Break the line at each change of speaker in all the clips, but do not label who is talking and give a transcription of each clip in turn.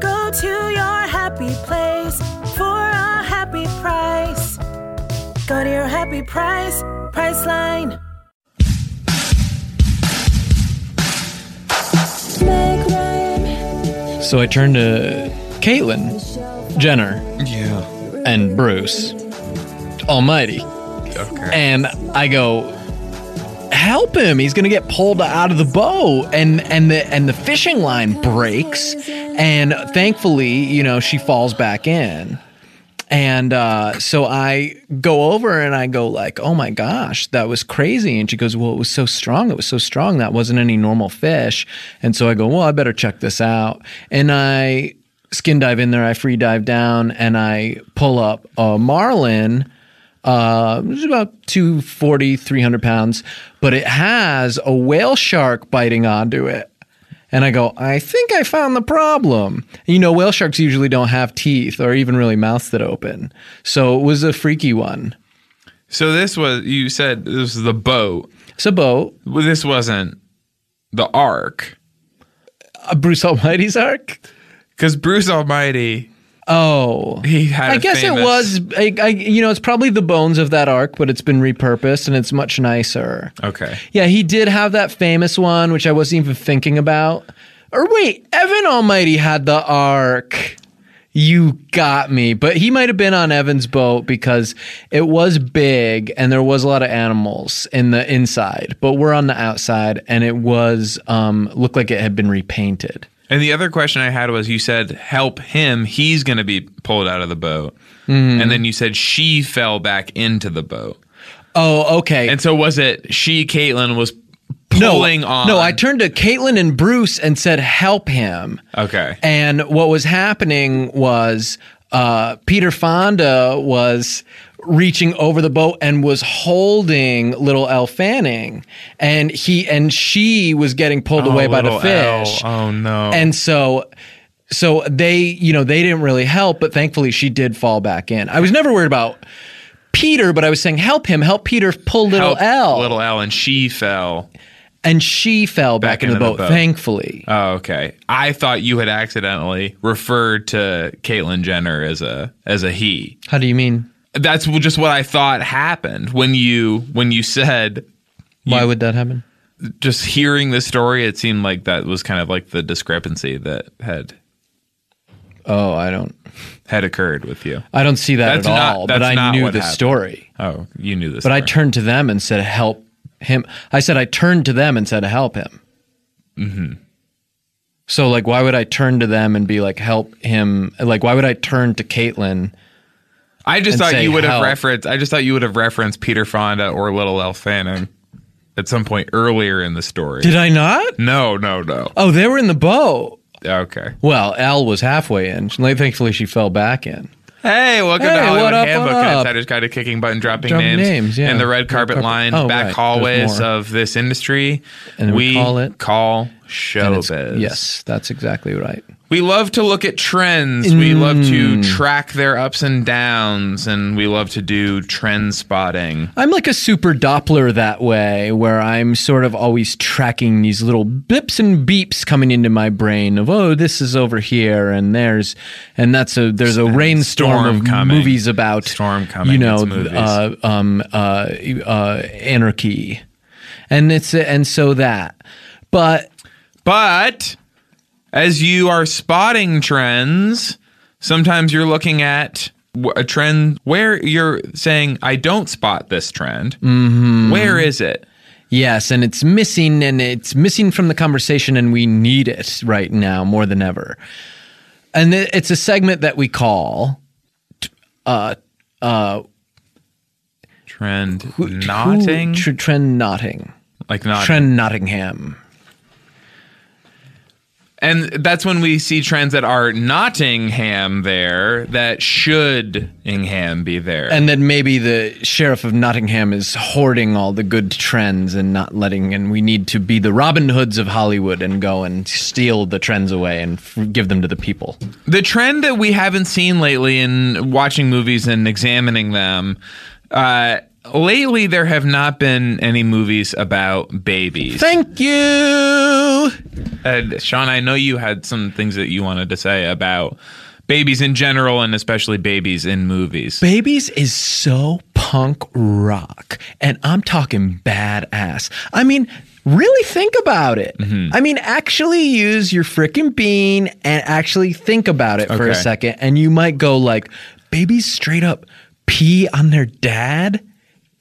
Go to your happy place for a happy price. Go to your happy price, Priceline.
So I turned to Caitlyn Jenner
Yeah.
and Bruce Almighty. And I go, help him. He's gonna get pulled out of the bow. And and the and the fishing line breaks. And thankfully, you know, she falls back in. And uh, so I go over and I go like, "Oh my gosh, that was crazy!" And she goes, "Well, it was so strong. It was so strong. That wasn't any normal fish." And so I go, "Well, I better check this out." And I skin dive in there. I free dive down and I pull up a marlin. Uh, it was about 240, 300 pounds, but it has a whale shark biting onto it. And I go, I think I found the problem. You know, whale sharks usually don't have teeth or even really mouths that open. So it was a freaky one.
So this was you said this was the boat.
It's a boat,
Well, this wasn't the ark
a Bruce Almighty's ark.
because Bruce Almighty
Oh,
he had.
I
a
guess it
famous-
was. I, I, you know, it's probably the bones of that ark, but it's been repurposed and it's much nicer.
Okay.
Yeah, he did have that famous one, which I wasn't even thinking about. Or wait, Evan Almighty had the arc. You got me. But he might have been on Evan's boat because it was big and there was a lot of animals in the inside, but we're on the outside and it was um looked like it had been repainted.
And the other question I had was you said help him. He's going to be pulled out of the boat,
Mm-hmm.
and then you said she fell back into the boat.
Oh, okay.
And so was it she? Caitlin was
no,
pulling on.
No, I turned to Caitlin and Bruce and said, help him.
Okay.
And what was happening was uh, Peter Fonda was reaching over the boat and was holding little Elle Fanning, and he and she was getting pulled away by the
Oh, little Elle.
fish.
Oh, no.
And so. So they, you know, they didn't really help, but thankfully she did fall back in. I was never worried about Peter, but I was saying, help him, help Peter pull little
Help
L.
Little L, and she fell.
and she fell back,
Back
into, the,
into the
boat,
boat.
thankfully.
Oh, okay. I thought you had accidentally referred to Caitlyn Jenner as a as a he.
How do you mean?
That's just what I thought happened when you when you said
Why would that happen?
just hearing the story. It seemed like that was kind of like the discrepancy that had
Oh, I don't.
had occurred with you.
I don't see that
That's
at
not-
all,
that's
but I
not
knew
what
the
happened.
story.
Oh, you knew this.
But I
story.
turned to them and said, "Help him." I said, "I turned to them and said, help him." Mm-hmm. So, like, why would I turn to them and be like, "Help him"? Like, why would I turn to Caitlin?
I just
and
thought
say
you would have
help.
referenced. I just thought you would have referenced Peter Fonda or Little L Fanning at some point earlier in the story.
Did I not?
no, no, no.
Oh, they were in the boat.
Okay.
Well, Al was halfway in. Thankfully, she fell back in.
Hey, welcome
Hey,
to Hollywood
what up,
Handbook
what
and
up?
Insider's Guide to Kicking Butt and Dropping,
Dropping
Names,
names, yeah.
and the red
Red
carpet
carpet-
line
oh,
back
right, there's
hallways
more.
of this industry.
And we call it-
call
And it's-
showbiz.
Yes, that's exactly right.
We love to look at trends. We love to
Mm.
track their ups and downs, and we love to do trend spotting.
I'm like a super Doppler that way, where I'm sort of always tracking these little blips and beeps coming into my brain of oh, this is over here, and there's, and that's a there's a rainstorm
storm
of
coming.
movies about
Storm coming,
you know,
it's movies.
uh, um, uh, uh, anarchy, and it's and so that, but
But as you are spotting trends, sometimes you're looking at w- a trend where you're saying, I don't spot this trend.
Mm-hmm.
Where is it?
Yes, and it's missing, and it's missing from the conversation, and we need it right now more than ever. And it- it's a segment that we call t-
Trend
who-
knotting?
tr- trend knotting,
like knotting.
trend Nottingham.
And that's when we see trends that are Nottingham there that should Ingham be there.
And then maybe the sheriff of Nottingham is hoarding all the good trends and not letting, and we need to be the Robin Hoods of Hollywood and go and steal the trends away and f- give them to the people.
the trend that we haven't seen lately in watching movies and examining them, uh, lately there have not been any movies about babies.
Thank you.
Uh, Sean, I know you had some things that you wanted to say about babies in general and especially babies in movies.
Babies is so punk rock, and I'm talking badass. I mean, really think about it.
Mm-hmm.
I mean, actually use your freaking bean and actually think about it for a
Okay.
second, and you might go like, "Babies straight up pee on their dad."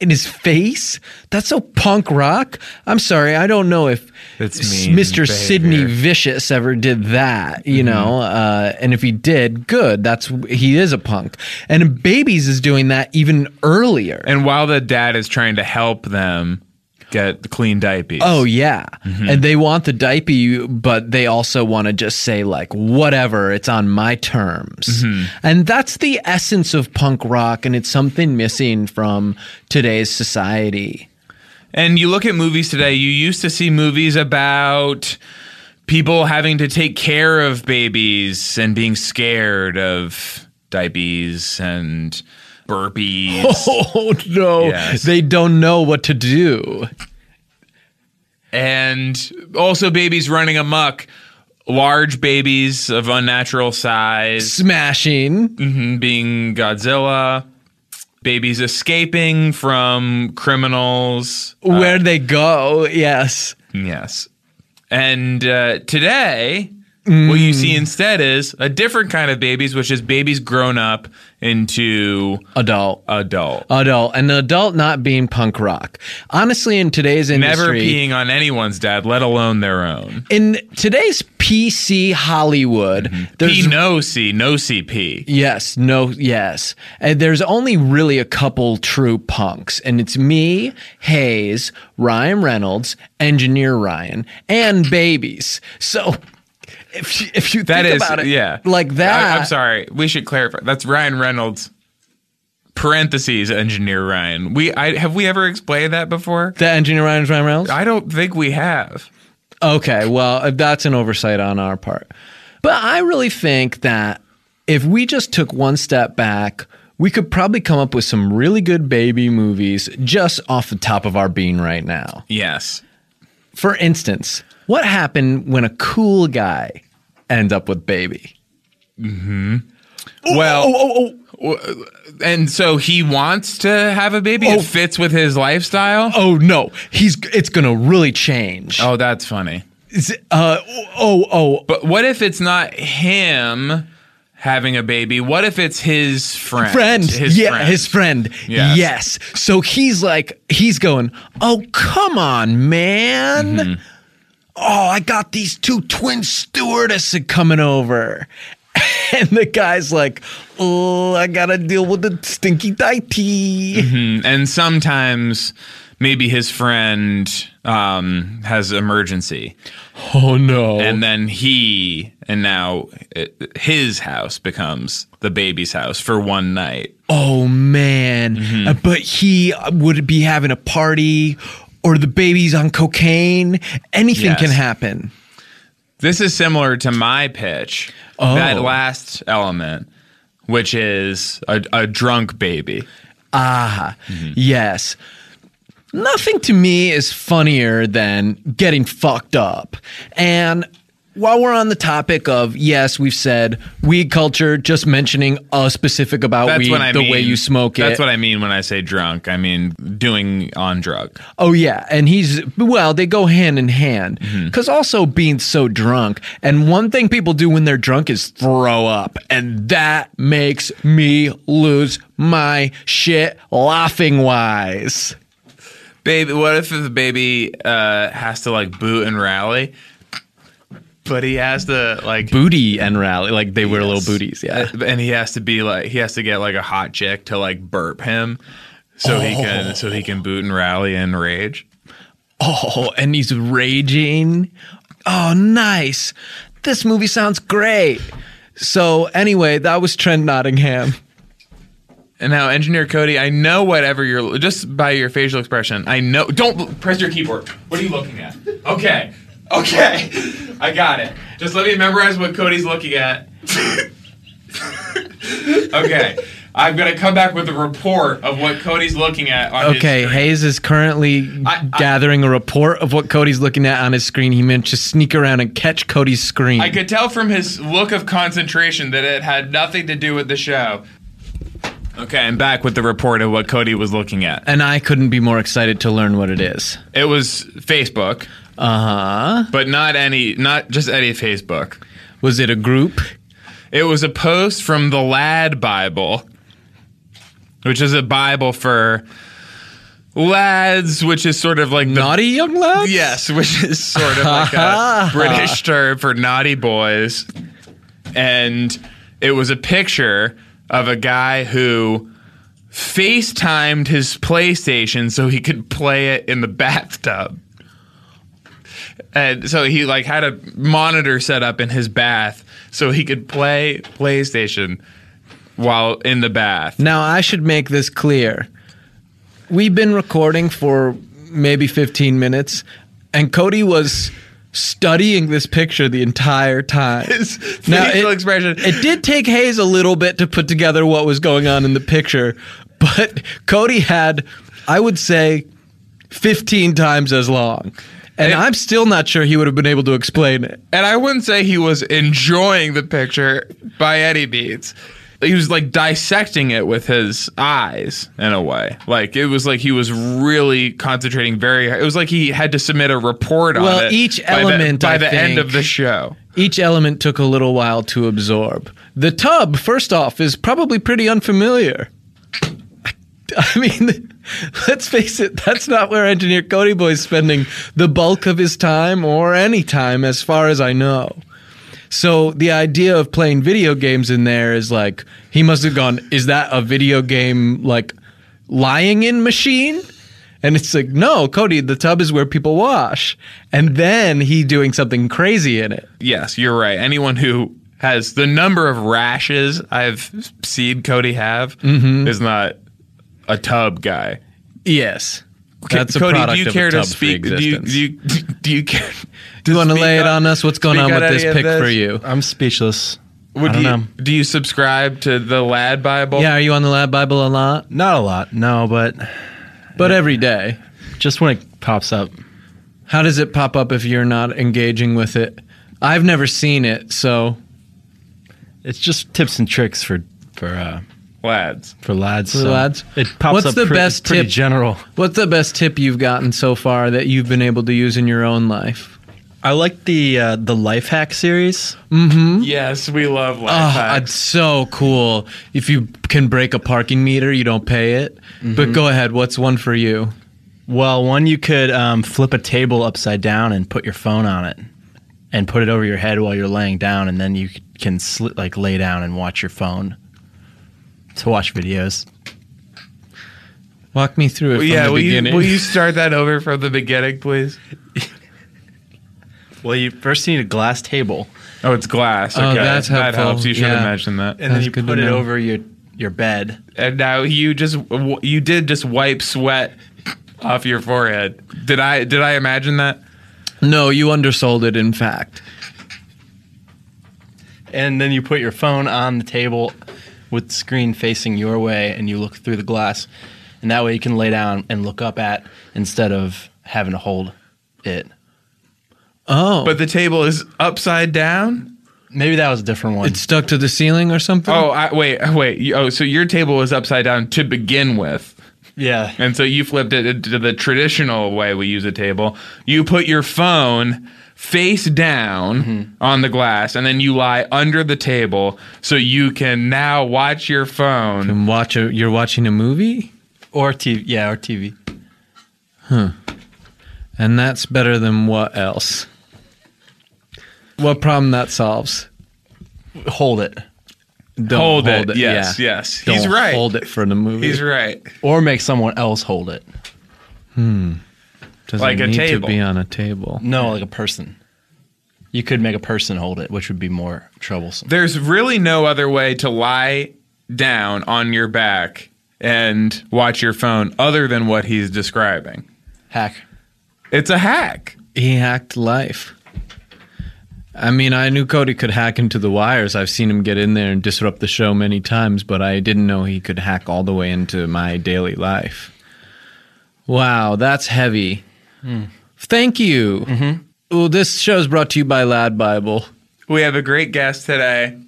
In his face? That's so punk rock. I'm sorry, I don't know if
That's
s-
mean
Mr. Sidney
behavior.
Vicious ever did that, you know, uh, and if he did, good. That's he is a punk, and Babies is doing that even earlier.
and while the dad is trying to help them get clean diapers.
Oh yeah, and they want the diaper, but they also want to just say like whatever. It's on my terms, and that's the essence of punk rock, and it's something missing from today's society.
And you look at movies today, you used to see movies about people having to take care of babies and being scared of diapers and burpees.
Oh no,
Yes.
they don't know what to do.
and also babies running amok. Large babies of unnatural size
Smashing.
mhm, being Godzilla. Babies escaping from criminals.
Where they go? Yes.
Yes. And uh, today, what you see
Mm.
instead is a different kind of babies, which is babies grown up into
Adult.
adult.
Adult. And the adult not being punk rock. Honestly, in today's industry.
Never peeing on anyone's dad, let alone their own.
In today's PC Hollywood,
Mm-hmm. P
there's.
no C, no CP.
Yes, no, yes. And there's only really a couple true punks, and it's me, Hayes, Ryan Reynolds, Engineer Ryan, and Babies. So if you, if you
That
think
is,
about it
yeah.
like that.
I, am sorry. We should clarify. That's Ryan Reynolds. Parentheses, engineer Ryan. We I have we ever explained that before?
The Engineer Ryan is Ryan Reynolds?
I don't think we have.
Okay, well, uh, that's an oversight on our part. But I really think that if we just took one step back, we could probably come up with some really good baby movies just off the top of our bean right now.
Yes.
For instance, what happened when a cool guy ends up with baby? Oh,
Well, w- and so he wants to have a baby.
Oh.
It fits with his lifestyle.
Oh no, he's it's gonna really change.
Oh, that's funny.
Is it- uh, oh oh
But what if it's not him having a baby? What if it's his friend?
friend.
His
yeah,
friend.
his friend. Yes.
Yes.
So he's like, he's going, oh, come on, man.
Mm-hmm.
Oh, I got these two twin stewardesses coming over. And the guy's like, oh, I got to deal with the stinky diety.
And sometimes maybe his friend um, has emergency,
Oh, no.
and then he and now uh, his house becomes the baby's house for one night.
oh, man.
Mm-hmm.
Uh, But he would be having a party or the baby's on cocaine. Anything
Yes.
can happen.
This is similar to my pitch.
Oh.
That last element, which is a, a drunk baby. Mm-hmm.
Yes. Nothing to me is funnier than getting fucked up. And while we're on the topic of yes, we've said weed culture, just mentioning a specific about
That's
weed,
what I
the
mean.
way you smoke it.
That's what I mean when I say drunk. I mean doing on drug.
Oh yeah, and he's well, they go hand in hand
Mm-hmm.
because also being so drunk. And one thing people do when they're drunk is throw up, and that makes me lose my shit laughing wise.
Baby, what if the baby uh, has to like boot and rally, but he has to like uh,
Booty and rally, like they wear little booties. Yeah,
and he has to be like he has to get like a hot chick to like burp him, so he can so he can boot and rally and rage.
Oh, and he's raging. Oh, nice. this movie sounds great. So anyway, that was Trent Nottingham.
And now, Engineer Cody, I know whatever you're just by your facial expression. I know. Don't l- press your keyboard. What are you looking at? Okay. Okay. I got it. Just let me memorize what Cody's looking at. okay. I'm going to come back with a report of what Cody's looking at on his
Okay,
screen.
Hayes is currently
I- I-
gathering a report of what Cody's looking at on his screen. He meant to sneak around and catch Cody's screen.
I could tell from his look of concentration that it had nothing to do with the show. Okay, I'm back with the report of what Cody was looking at.
and I couldn't be more excited to learn what it is.
It was Facebook,
Uh huh.
but not any, not just any Facebook.
Was it a group?
It was a post from the Lad Bible, which is a Bible for lads, which is sort of like the
Naughty young lads?
Yes, which is sort of like a British term for naughty boys. And it was a picture of a guy who FaceTimed his PlayStation so he could play it in the bathtub. And so he like had a monitor set up in his bath so he could play PlayStation while in the bath.
Now, I should make this clear. We've been recording for maybe 15 minutes, and Cody was studying this picture the entire time.
His facial expression.
It did take Hayes a little bit to put together what was going on in the picture, but Cody had, I would say, 15 times as long. And
It-
I'm still not sure he would have been able to explain it.
And I wouldn't say he was enjoying the picture by any means. He was like dissecting it with his eyes in a way. Like it was like he was really concentrating very It was like he had to submit a report
Well,
on it.
each
by the-
element,
by
I
the, end
think.
of the show.
Each element took a little while to absorb. The tub, first off, is probably pretty unfamiliar. I mean, let's face it, that's not where engineer Cody Boy's spending the bulk of his time or any time, as far as I know. So the idea of playing video games in there is like, he must have gone, is that a video game, like, lying in machine? And it's like, no, Cody, the tub is where people wash. And then he doing something crazy in it.
Yes, you're right. Anyone who has the number of rashes I've seen Cody have
Mm-hmm.
is not a tub guy.
Yes. That's a
Cody,
product
do you
of
care
a tub
to speak?
free
Do you,
existence.
do you do you care?
Do you want to lay
speak
it on
on-
us? What's going
speak
on
on
with this
any of
pick for
this?
you?
I'm speechless.
Would
I don't
you
know.
do you subscribe to the Lad Bible?
Yeah, are you on the Lab Bible a lot?
Not a lot, no, but
But every day.
just when it pops up.
How does it pop up if you're not engaging with it? I've never seen it, so
It's just tips and tricks for for uh,
lads.
for lads. For
lads?
it pops
What's
up.
the
pre- it's
best
pretty
tip?
general.
what's the best tip you've gotten so far that you've been able to use in your own life?
I like the uh, the life hack series.
Hmm? Yes, we love life
Oh, it's
hacks.
so cool. If you can break a parking meter, you don't pay it.
Mm-hmm.
But go ahead, what's one for you?
Well, one you could um, flip a table upside down and put your phone on it, and put it over your head while you're laying down, and then you c- can sli like lay down and watch your phone to watch videos.
Walk me through it from
yeah,
the
will you,
beginning.
will you start that over from the beginning, please?
Well, you first need a glass table,
Oh, it's glass.
Oh,
Okay,
that's
that
helpful.
helps. You should
Yeah.
have mentioned that.
That's
and then you
good to
put it
know.
over your your bed.
And now you just w- you did just wipe sweat off your forehead. Did I did I imagine that?
no, you undersold it. In fact,
And then you put your phone on the table with the screen facing your way and you look through the glass. And that way you can lay down and look up at instead of having to hold it.
oh,
But the table is upside down.
Maybe that was a different one.
It stuck to the ceiling or something?
Oh, I, wait, wait. You- Oh, so your table was upside down to begin with.
yeah.
And so you flipped it into the traditional way we use a table. You put your phone face down
Mm-hmm.
on the glass and then you lie under the table so you can now watch your phone.
And watch a, you're watching a movie?
Or TV. Yeah, or TV.
And that's better than what else? What problem that solves?
Hold it.
Don't
Hold it. Yes, yes. He's
Don't
right.
Hold it for the movie.
He's right.
Or make someone else hold it.
Doesn't
Like a
need
table.
to be on a table.
No, like a person. You could make a person hold it, which would be more troublesome.
There's really no other way to lie down on your back and watch your phone other than what he's describing.
Hack.
It's a hack.
He hacked life. I mean, I knew Cody could hack into the wires. I've seen him get in there and disrupt the show many times, but I didn't know he could hack all the way into my daily life. Wow, that's heavy. Hmm. Thank you. Well, this show is brought to you by Lad Bible.
We have a great guest today.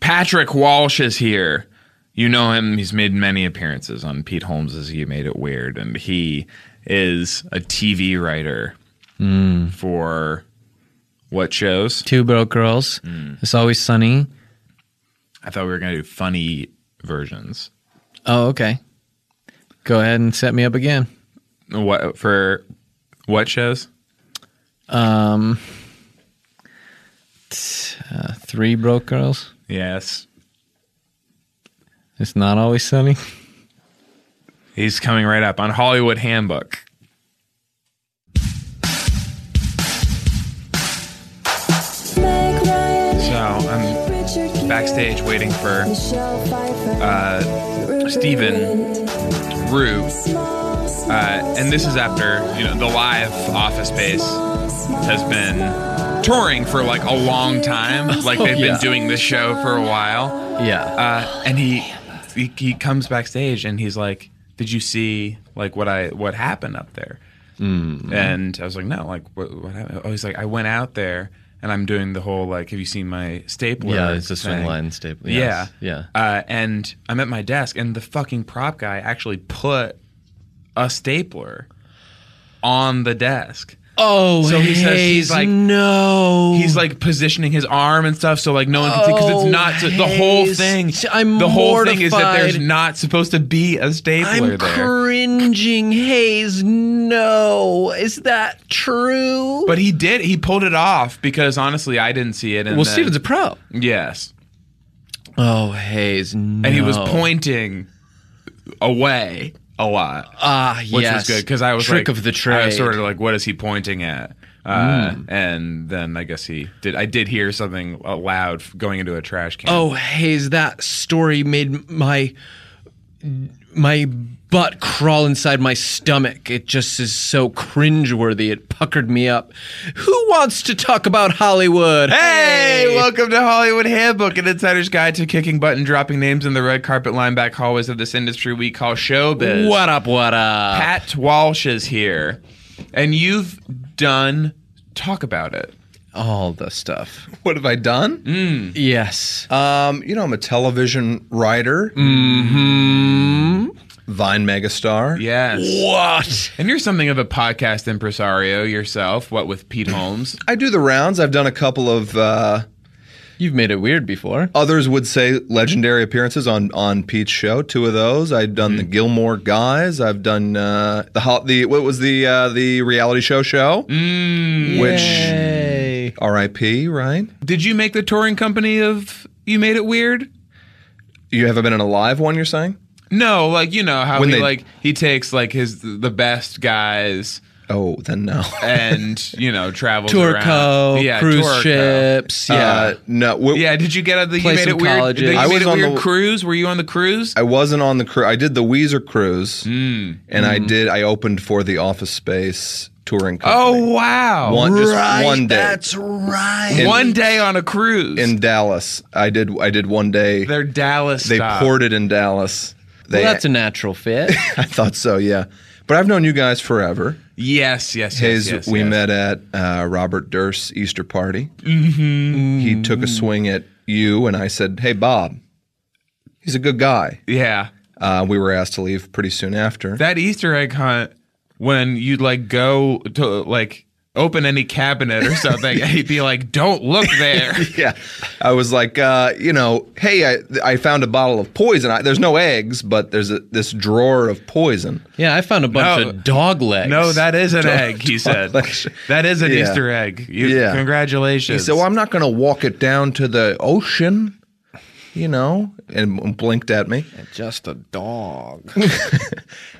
Patrick Walsh is here. You know him. He's made many appearances on Pete Holmes's You Made It Weird, and he is a TV writer Hmm. for what shows?
Two broke girls. It's always sunny.
I thought we were going to do funny versions.
Oh, okay. Go ahead and set me up again.
What for? What shows?
Uh, three broke girls.
Yes,
It's not always sunny.
he's coming right up on Hollywood Handbook. So I'm backstage waiting for uh, Stephen Rue, uh, and this is after you know the live Office Space has been touring for like a long time. Like they've
yeah.
been doing this show for a while
Yeah.
uh, and he, he he comes backstage and he's like, "Did you see like what I what happened up there?"
Mm-hmm.
And I was like, "No, like what, what happened?" Oh, he's like, "I went out there and I'm doing the whole like, have you seen my stapler?"
yeah, it's a swing
thing?"
line staple.
Yeah,
Yes. Yeah.
Uh, and I'm at my desk, and the fucking prop guy actually put a stapler on the desk.
Oh,
So he says he's
Hayes,
like-
no.
He's like positioning his arm and stuff, so like no one can see because
Oh,
it's not so- the whole
Hayes,
thing.
I'm
the whole thing is that there's
mortified.
not supposed to be a stapler
I'm
there.
cringing, Hayes. No, is that true?
But he did. He pulled it off because honestly, I didn't see it. And
well,
then-
Steven's a pro.
yes,
Oh, Hayes, no.
and he was pointing away a lot,
Ah,
which
yes.
was good because I was
trick
like-
of the trade. Mm.
I was sort of like, what is he pointing at? Uh, And then I guess he did. I did hear something loud f- going into a trash can.
Oh, Hayes, that story made my my butt crawl inside my stomach. It just is so cringeworthy. It puckered me up. Who wants to talk about Hollywood?
Hey, welcome to Hollywood Handbook, an insider's guide to kicking butt and dropping names in the red carpet lineback hallways of this industry we call showbiz.
What up? What up?
Pat Walsh is here, and you've done talk about it.
All the stuff. Mm.
What have I done?
Yes.
Um, you know, I'm a television writer. Vine megastar.
Yes.
what?
And you're something of a podcast impresario yourself, what with Pete Holmes.
I do the rounds. I've done a couple of uh,
You've made it weird before.
others would say legendary appearances on on Pete's show. Two of those. I've done the Gilmore Guys. I've done uh, the hot the what was the uh, the reality show show, which
Hey.
R.I.P. Right.
Did you make the touring company of You Made It Weird?
You haven't been in a live one. You're saying?
No, like you know how
When
he
they-
like he takes like his the best guys
Oh, then no.
and you know travels
Tour
around.
co, cruise
tour co.
ships. Yeah.
Uh, no. W-
Yeah, did you get out of the You
Play
Made
some
It Weird?
colleges.
The you
I
made
was
it
on
weird
the-
cruise? Were you on the cruise?
I wasn't on the cruise. I did the Weezer cruise,
Hmm.
and I did. I opened for the Office Space touring
Oh
company.
wow.
One- just one day.
That's right.
in-
One day on a cruise.
in Dallas. I did. I did one day.
their Dallas
they
stop.
poured it in Dallas. They,
well, that's a natural fit.
I thought so. Yeah, but I've known you guys forever.
Yes, yes, yes.
Hayes,
yes,
we
yes.
met at uh, Robert Durst's Easter party.
Mm-hmm.
He took a swing at you, and I said, "Hey, Bob." He's a good guy.
Yeah.
Uh, we were asked to leave pretty soon after.
That Easter egg hunt when you'd like go to like open any cabinet or something and he'd be like, Don't look there.
yeah, I was like, uh, you know, hey, I, I found a bottle of poison. I, there's no eggs, but there's a, this drawer of poison.
yeah, I found a bunch
No.
of dog legs.
no, that is an egg, he said. That is an
Yeah.
Easter egg. You,
Yeah.
Congratulations.
So I'm not going to walk it down to the ocean. you know, and blinked at me.
Just a dog.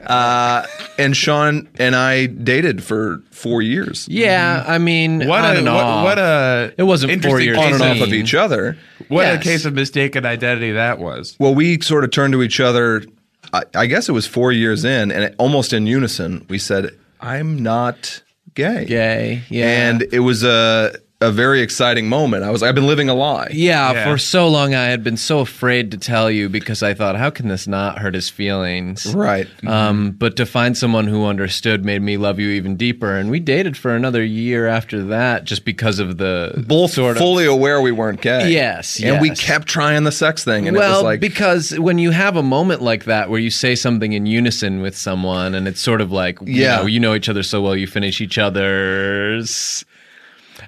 Uh, And Sean and I dated for four years.
Yeah, I mean,
What
on
a
and
what,
off.
what a
It wasn't four
interesting
years
case
on and off
insane.
of each other.
What a
Yes.
case of mistaken identity that was.
Well, we sort of turned to each other. I, I guess it was four years in, and it- almost in unison, we said, "I'm not gay."
gay. Yeah,
And it was a a very exciting moment. I was I've been living a lie.
Yeah,
Yeah.
for so long I had been so afraid to tell you because I thought, how can this not hurt his feelings?
Right.
Um, but to find someone who understood made me love you even deeper, and we dated for another year after that, just because of the
Both
sort of
fully aware we weren't gay.
Yes,
And we
yes.
kept trying the sex thing, and it
well,
was like
because when you have a moment like that where you say something in unison with someone, and it's sort of like,
Yeah.
you know, you know each other so well, you finish each other's.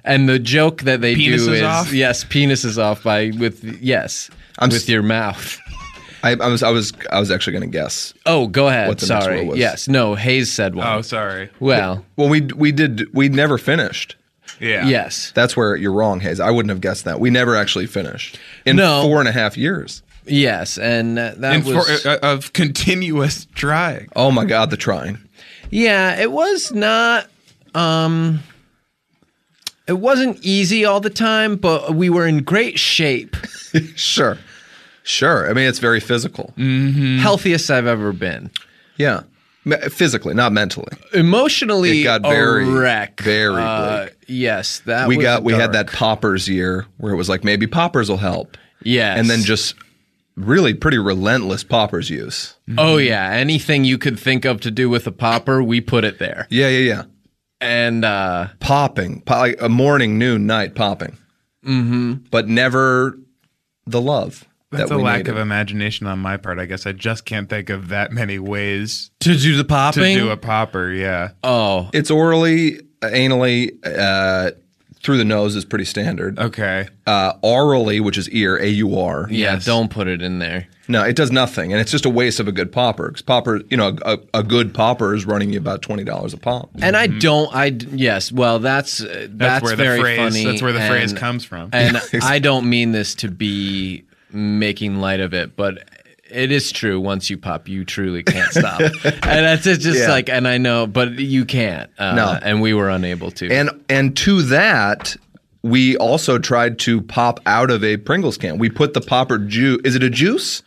And the joke that they
Penis
do
is
is
off?
yes, penis is off by with yes
I'm
with
s-
your mouth.
I, I was I was I was actually going to guess.
Oh, go ahead.
What the next
Sorry.
one was.
Yes. No. Hayes said one.
Oh, sorry.
Well.
Well, we we did we never finished.
Yeah.
Yes.
That's where you're wrong, Hayes. I wouldn't have guessed that. We never actually finished in
No.
four and a half years.
Yes. And uh, that
And for,
was.
uh, of continuous trying.
Oh my God, the trying.
yeah. It was not. Um. It wasn't easy all the time, but we were in great shape,
Sure. Sure. I mean, it's very physical.
Mm.
Mm.
healthiest I've ever been.
Yeah. Me- Physically, not mentally.
Emotionally,
It got very,
a wreck.
very
Uh,
bleak.
yes, that
we
was
got we had
dark.
that poppers year where it was like maybe poppers will help.
Yes,
And then just really pretty relentless poppers use.
oh yeah, anything you could think of to do with a popper, we put it there.
Yeah, yeah, yeah.
And uh,
Popping. Po- like a morning, noon, night popping. Mm-hmm. But never the love.
That's
that
a
we
lack
needed.
of imagination on my part. I guess I just can't think of that many ways
to do the
to
popping,
do a popper. Yeah.
oh
It's orally, anally, uh, through the nose is pretty standard.
Okay.
Uh, orally, which is ear, A U R.
Yeah,
Yes.
don't put it in there.
No, it does nothing, and it's just a waste of a good popper. 'Cause popper, you know, a, a good popper is running you about twenty dollars a pop.
And I don't. I d- yes. Well, that's uh, that's,
Mm-hmm. That's, where the
very
phrase.
funny.
That's where the phrase
and-
comes from.
And I don't mean this to be making light of it, but it is true. Once you pop, you truly can't stop. and that's it's just
Yeah.
like, and I know, but you can't. Uh,
No.
and we were unable to.
And and to that, we also tried to pop out of a Pringles can. We put the popper juice. Is it a juice?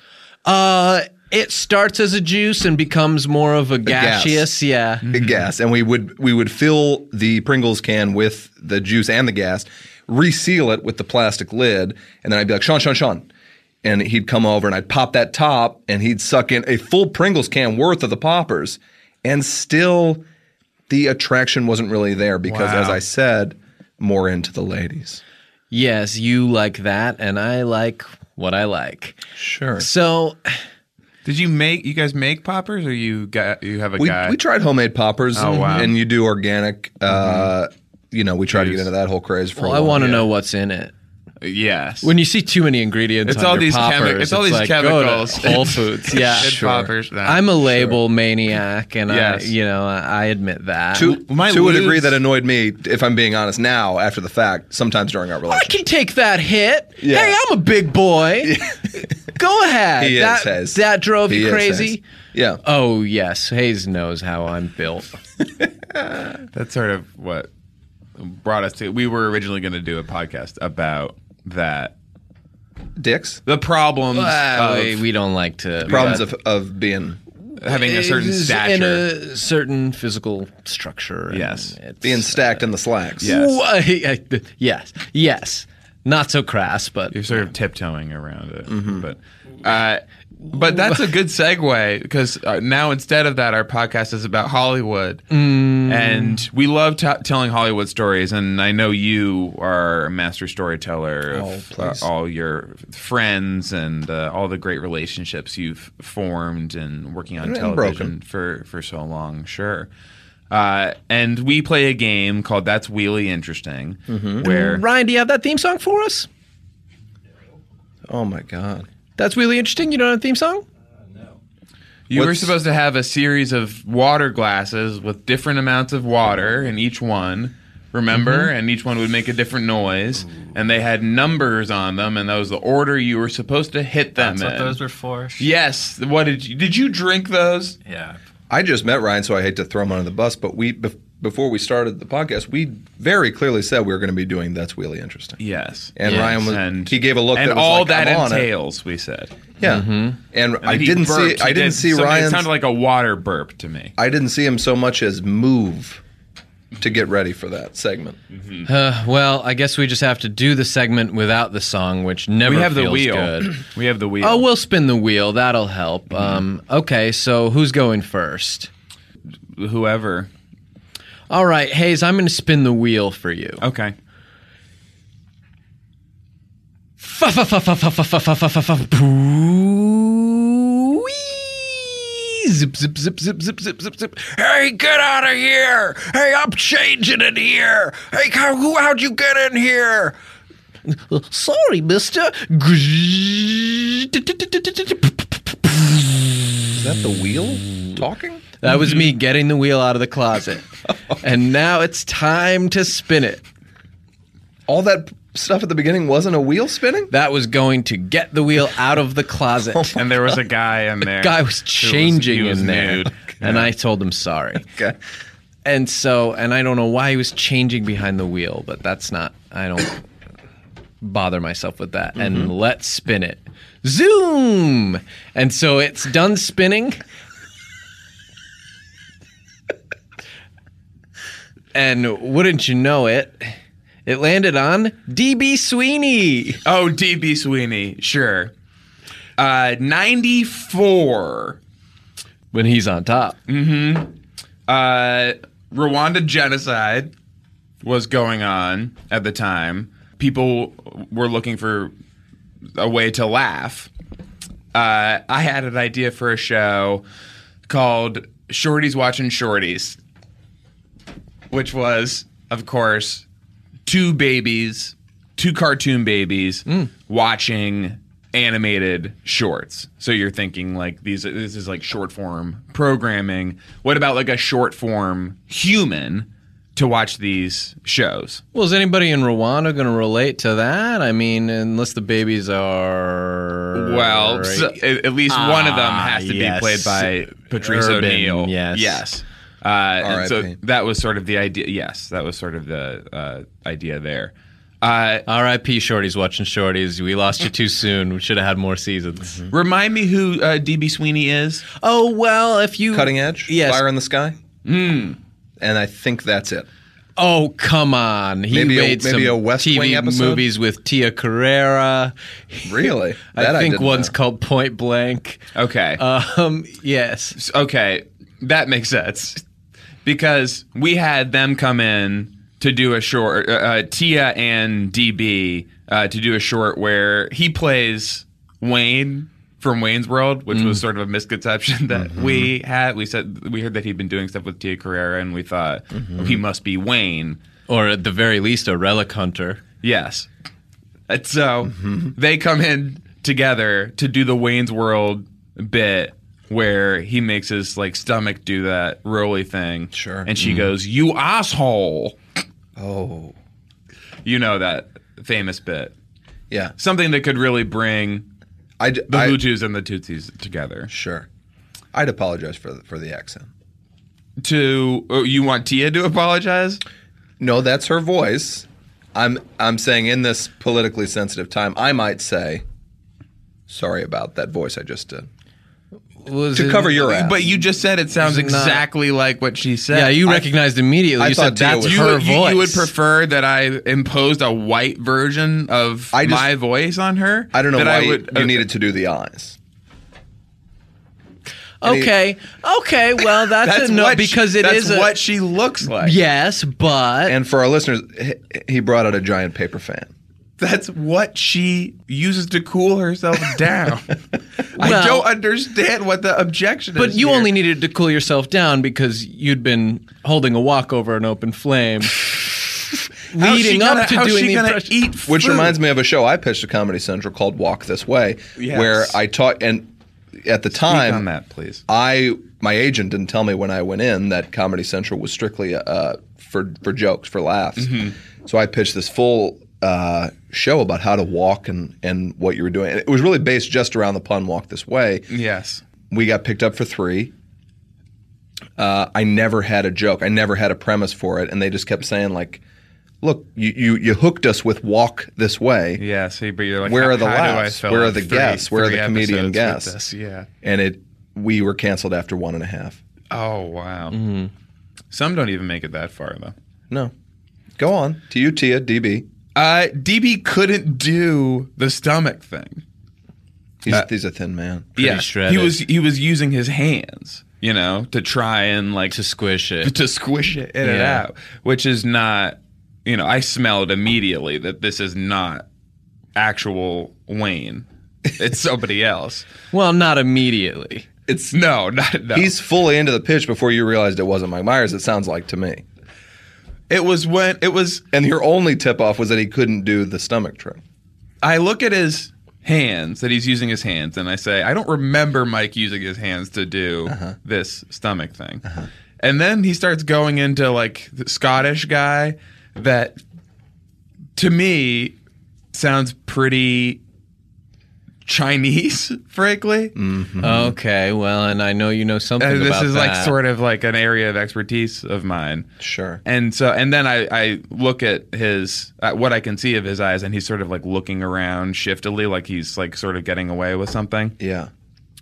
uh, it starts as a juice and becomes more of a
gas.
gaseous. Yeah.
Mm-hmm.
A gas, and we would we would fill the Pringles can with the juice and the gas, reseal it with the plastic lid, and then I'd be like, Sean, Sean, Sean. And he'd come over and I'd pop that top and he'd suck in a full Pringles can worth of the poppers. And still the attraction wasn't really there because as
Wow.
I said, more into the ladies.
Yes, you like that, and I like what I like.
Sure.
So
Did you make you guys make poppers, or you got you have a
We,
guy?
we tried homemade poppers
Oh, wow. Mm-hmm.
and you do organic uh, you know, we tried to
Juice.
get into that whole craze for
well,
a
I
while.
want to know what's in it.
yes.
When you see too many ingredients,
It's
on
all
your
these chemi-
poppers,
it's all these
like, go to
chemicals.
Whole Foods, yeah.
And poppers, nah,
I'm a label maniac, and
Yes.
I, you know, I I admit that.
to,
My
to a
lose-
degree that annoyed me, if I'm being honest now, after the fact, sometimes during our
I
relationship.
can take that hit.
Yeah.
Hey, I'm a big boy. go ahead.
He is
that,
Hayes.
that drove
He
you
is
crazy.
Hayes. Yeah.
Oh yes, Hayes knows how I'm built.
That's sort of what brought us to. We were originally going to do a podcast about that.
Dicks.
The problems
Uh,
of
we, we don't like to
Problems of, of being
having a certain
Is
stature.
in a certain physical structure. and
Yes.
it's-
being stacked in the slacks.
Yeah.
Yes. yes, yes, not so crass, but
You're sort of tiptoeing around it, but uh, but that's a good segue because uh, now instead of that, our podcast is about Hollywood, and we love t- telling Hollywood stories. And I know you are a master storyteller of uh, all your friends and uh, all the great relationships you've formed and working on
And
television
broken.
for for so long. Sure. Uh, and we play a game called "That's Really Interesting," where
Ryan, do you have that theme song for us?
Oh my god.
That's really interesting. You don't have a theme song?
You were
What's-
supposed to have a series of water glasses with different amounts of water in each one, remember? And each one would make a different noise. And they had numbers on them, and that was the order you were supposed to hit them
That's
in.
what those were for.
Yes. What did you did you drink those?
Yeah.
I just met Ryan, so I hate to throw him under the bus, but we bef- before we started the podcast, we very clearly said we were going to be doing that's really interesting.
Yes.
And Ryan was- he gave a look
And
that was
all
like,
that
I'm on it.
entails, we said.
Yeah, and
And
I
he
didn't see
burped.
I
He
didn't
did
see
something- It
Ryan's
sounded like a water burp to me.
I didn't see him so much as move to get ready for that segment.
Uh, well, I guess we just have to do the segment without the song, which never
We have
feels
the wheel.
good.
We have the wheel.
Oh, we'll spin the wheel. That'll help. Um, okay, so who's going first?
whoever.
All right, Hayes, I'm going to spin the wheel for you.
Okay.
Zip, zip, zip, zip, zip, zip, zip, zip. Hey, get out of here! Hey, I'm changing it here. Hey, how, who, how'd you get in here? Sorry, Mister.
Is that the wheel talking?
That was me getting the wheel out of the closet, and now it's time to spin it.
All that stuff at the beginning wasn't a wheel spinning.
That was going to get the wheel out of the closet.
And there was a guy in there.
guy was
who
changing
he was
in there,
nude.
and I told him sorry.
Okay.
And so, and I don't know why he was changing behind the wheel, but that's not. I don't bother myself with that.
Mm-hmm.
And let's spin it. Zoom. And so it's done spinning. and wouldn't you know it, it landed on DB Sweeney.
Oh, DB Sweeney, sure. Uh, 94.
When he's on top.
Mm-hmm. Uh, Rwanda genocide was going on at the time. People were looking for a way to laugh. Uh, I had an idea for a show called Shorties Watching Shorties, which was, of course, two babies, two cartoon babies
Mm.
watching animated shorts. So you're thinking like these this is like short form programming. What about like a short form human to watch these shows?
Well, is anybody in Rwanda going to relate to that? I mean, unless the babies are.
Well, so, at at least one of them has to
yes.
be played by Patrice
Ah, Urban,
O'Neill.
yes.
Yes. Uh, and so
R.I.P..
that was sort of the idea. Yes, that was sort of the uh, idea there. Uh,
R.I.P. Shorties watching Shorties. We lost you too soon. We should have had more seasons.
remind me who uh, DB Sweeney is.
Mm-hmm. Oh well, if you
Cutting edge.
Yes.
Fire in the sky. And I think that's it.
Oh come on, he
Maybe a-
made
maybe
some
a West
TV
Wing episode?
movies with Tia Carrera.
Really? That
I think
didn't
one's
know.
called Point Blank.
Okay.
Um, yes,
okay, that makes sense because we had them come in to do a short. Uh, uh, Tia and DB uh, to do a short where he plays Wayne from Wayne's World, which was sort of a misconception that we had. We said we heard that he'd been doing stuff with Tia Carrera, and we thought he must be Wayne.
or at the very least, a relic hunter.
Yes. And so they come in together to do the Wayne's World bit where he makes his like stomach do that roly thing.
Sure.
And
Mm-hmm.
she goes, "You asshole."
Oh.
You know that famous bit.
Yeah.
Something that could really bring
I, d-
the
I-
Hutus and the Tutsis together.
Sure. I'd apologize for the, for the accent.
To oh, you want Tia to apologize?
No, that's her voice. I'm I'm saying in this politically sensitive time, I might say sorry about that voice I just did.
Was
To
it-
cover your ass.
But you just said it sounds
Is it not-
exactly like what she said.
Yeah, you recognized immediately.
I
you said
thought Tia
that's
was-
you,
her
would- you-
voice.
you would prefer that I imposed a white version of
I just-
my voice on her?
I don't know
that
why
I
you-
would,
you
uh,
needed to do the eyes.
Okay, okay. Well, that's,
That's
a no
what she-
because it
that's
is a,
what she looks like.
Yes, but
And for our listeners, he, he brought out a giant paper fan.
That's what she uses to cool herself down. I
Well-
don't understand what the objection is.
but you
here.
only needed to cool yourself down because you'd been holding a walk over an open flame,
How's she
leading
gonna-
up to
how's
doing
she
the
gonna
impression.
eat
Which
food?
reminds me of a show I pitched to Comedy Central called Walk This Way,
Yes.
where I taught and at the time
Speak on that, please.
I my agent didn't tell me when I went in that Comedy Central was strictly a, a for for jokes for laughs.
Mm-hmm.
So I pitched this full uh, show about how to walk and and what you were doing. And it was really based just around the pun walk this way.
Yes.
We got picked up for three. Uh, I never had a joke. I never had a premise for it, and they just kept saying like, "Look, you you, you hooked us with walk this way."
Yeah. See, but you're like,
Where
how-
are the
how do I
laughs?
fill
Where
out
are the
three-
guests? Where are
three
the comedian
episodes with
guests?
this? Yeah.
And it we were canceled after one and a half.
Oh wow. Some don't even make it that far though.
No, go on. To you, Tia DB.
Uh, DB couldn't do the stomach thing.
He's,
Uh,
he's a thin man.
yeah,
shredded.
he was he was using his hands, you know, to try and like
to
to,
squish it.
squish it in and
Yeah.
out, which is not, you know, I smelled immediately that this is not actual Wayne. It's somebody else.
Well, not immediately.
It's no, not no.
He's fully into the pitch before you realized it wasn't Mike Myers. It sounds like to me.
it was when it was
And your only tip off was that he couldn't do the stomach trick.
I look at his hands that he's using his hands, and I say, I don't remember Mike using his hands to do
Uh-huh.
this stomach thing. And then he starts going into like the Scottish guy that to me sounds pretty Chinese, frankly.
Okay, well, and I know you know something
And Mm-hmm. Uh, this
Mm, about
is like
that.
sort of like an area of expertise of mine.
Sure.
And so, and then I, I look at his, at what I can see of his eyes, and he's sort of like looking around shiftily, like he's like sort of getting away with something.
Yeah.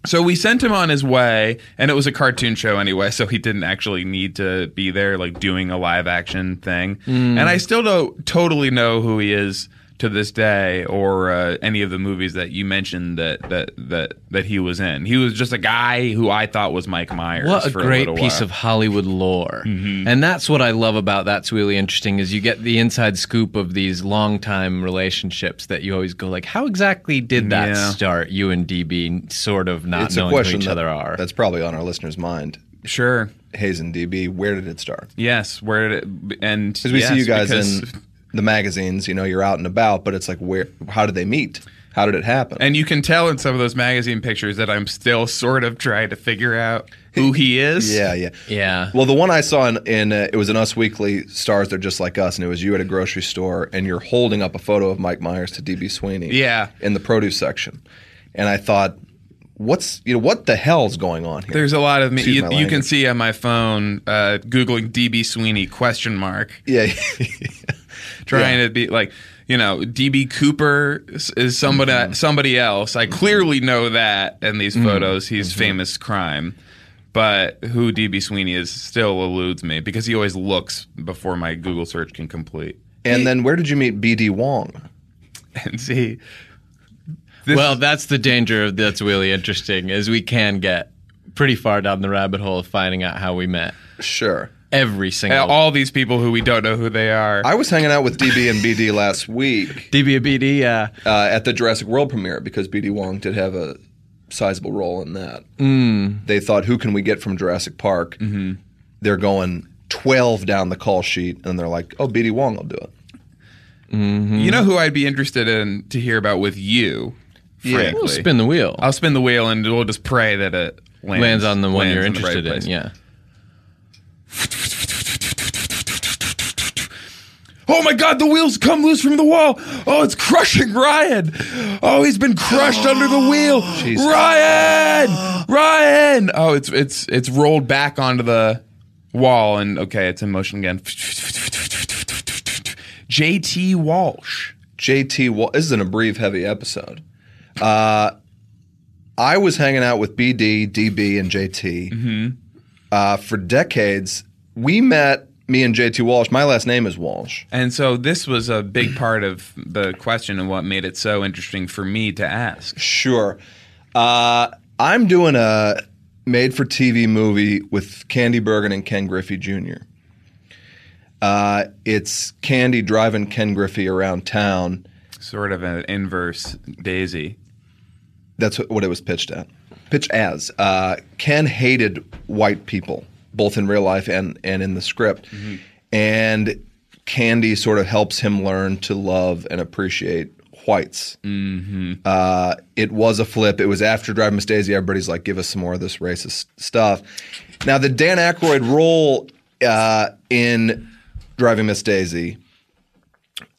So we sent him on his way, and it was a cartoon show anyway, so he didn't actually need to be there, like doing a live action thing.
Hmm.
And I still don't totally know who he is to this day, or uh, any of the movies that you mentioned that that that that he was in. He was just a guy who I thought was Mike Myers.
What a
for
great
little
piece
while. Mm-hmm.
of Hollywood lore. And that's what I love about that's really interesting is you get the inside scoop of these longtime relationships that you always go like, how exactly did that
Yeah.
start? You and DB sort of not
It's a
knowing who
question
each
that-
other are.
that's probably on our listeners' mind.
sure.
Hayes and DB, where did it start?
Yes, where did it, and
Because we
yes,
see you guys
because-
in the magazines, you know, you're out and about, but it's like, where? how did they meet? How did it happen?
and you can tell in some of those magazine pictures that I'm still sort of trying to figure out who he is.
yeah, yeah.
yeah.
Well, the one I saw in, in uh, it was an Us Weekly stars. They're just like us, and it was you at a grocery store, and you're holding up a photo of Mike Myers to DB Sweeney.
Yeah.
in the produce section, and I thought, what's you know what the hell's going on here?
There's a lot of me.
Excuse
You,
my
you can
language.
see on my phone, uh, googling DB Sweeney question mark,
yeah,
trying to be like, you know, DB Cooper is, is somebody
Mm-hmm.
somebody else. I clearly know that in these photos. He's
Mm-hmm.
famous crime, but who DB Sweeney is still eludes me because he always looks before my Google search can complete.
and then where did you meet BD Wong?
And see,
well, that's the danger of that's really interesting is we can get pretty far down the rabbit hole of finding out how we met.
Sure.
Every single
Uh, all these people who we don't know who they are.
I was hanging out with DB and BD last week
DB BD, yeah.
uh, at the Jurassic World premiere because BD Wong did have a sizable role in that. They thought, who can we get from Jurassic Park? They're going 12 down the call sheet, and they're like, oh, BD Wong will do it.
You know who I'd be interested in to hear about with you,
Yeah.
frankly.
We'll spin the wheel.
I'll spin the wheel and we'll just pray that it lands,
lands on the one
lands
you're
in the right
interested in.
place.
Yeah.
Oh my God, the wheels come loose from the wall. Oh, it's crushing Ryan. Oh, he's been crushed under the wheel. Ryan, Ryan. Oh, it's it's it's rolled back onto the wall and okay, it's in motion again. JT Walsh.
JT Wall. This isn't a brief, heavy episode. Uh, I was hanging out with BD, DB, and JT uh, for decades. We met, me and JT Walsh. My last name is Walsh.
And so this was a big part of the question and what made it so interesting for me to ask.
Sure. Uh, I'm doing a made for TV movie with Candy Bergen and Ken Griffey Jr. Uh, it's Candy driving Ken Griffey around town.
Sort of an inverse Daisy.
That's what it was pitched at. Pitched as. Uh, Ken hated white people, both in real life and, and in the script. And Candy sort of helps him learn to love and appreciate whites. Uh, it was a flip. It was after Drive Miss Daisy. Everybody's like, give us some more of this racist stuff. Now, the Dan Aykroyd role uh, in driving Miss Daisy,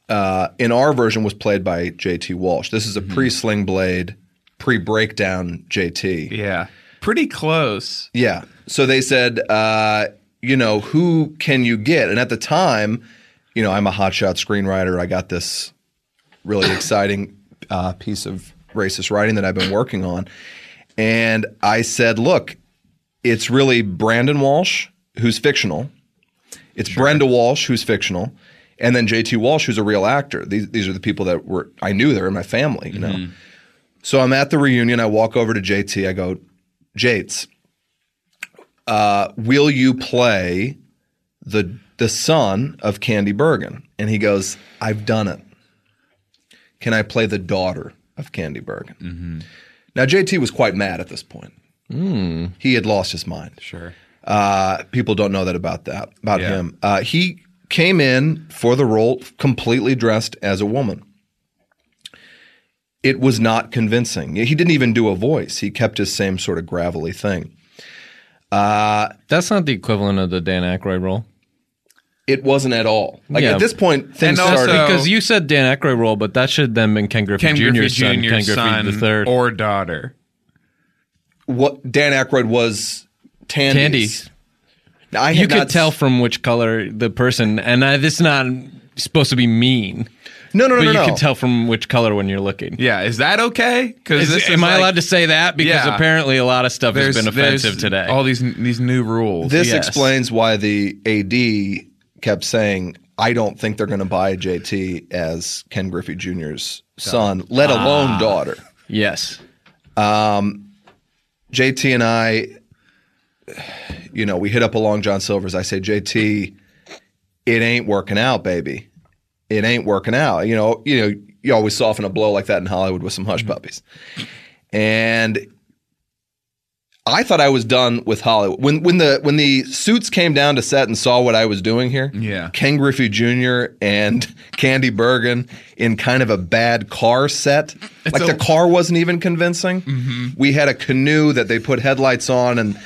uh, in our version was played by J.T. Walsh. This is a pre-Sling Blade, pre-breakdown J.T.
Yeah. Pretty close.
Yeah. So they said, uh, you know, who can you get? And at the time, you know, I'm a hotshot screenwriter. I got this really exciting uh, piece of racist writing that I've been working on. And I said, look, it's really Brandon Walsh, who's fictional. It's Brenda Walsh, who's fictional. And then JT Walsh, who's a real actor. These, these are the people that were, I knew they're in my family, you know. So I'm at the reunion. I walk over to JT. I go, Jates, will you play the the son of Candy Bergen? And he goes, I've done it. Can I play the daughter of Candy Bergen?
Mm-hmm.
Now JT was quite mad at this point. He had lost his mind.
Hmm. Sure.
Uh, people don't know that about that about
Yeah.
him. Uh, he came in for the role completely dressed as a woman. It was not convincing. He didn't even do a voice. He kept his same sort of gravelly thing.
That's not the equivalent of the Dan Aykroyd role.
It wasn't at all. Like
Yeah.
at this point,
And
things
also-
started.
So-
Because you said Dan Aykroyd role, but that should then been Ken Griffey
Ken
Jr.'s
Griffey
son,
Jr.
Ken Griffey
son
the third.
or daughter.
what Dan Aykroyd was Tandy's.
Tandy's.
Now, I had
You
not
could
s-
tell from which color the person, and I, this is not supposed to be mean,
No, no,
but
no, no.
you
no.
could tell from which color when you're looking.
Yeah, is that okay? Because
Is- am I allowed to say that? Because
Yeah.
apparently a lot of stuff has been offensive today.
All these these new rules.
This
Yes.
explains why the AD kept saying, "I don't think they're going to buy JT as Ken Griffey Jr.'s son, let alone
Ah.
daughter."
yes.
JT and I, you know, we hit up along John Silver's. I say, JT, it ain't working out, baby. It ain't working out. You know, you know, you always soften a blow like that in Hollywood with some hush puppies. And I thought I was done with Hollywood. When when the when the suits came down to set and saw what I was doing here,
Yeah.
Ken Griffey Jr. and Candy Bergen in kind of a bad car set. like the car wasn't even convincing.
Mm-hmm.
We had a canoe that they put headlights on, and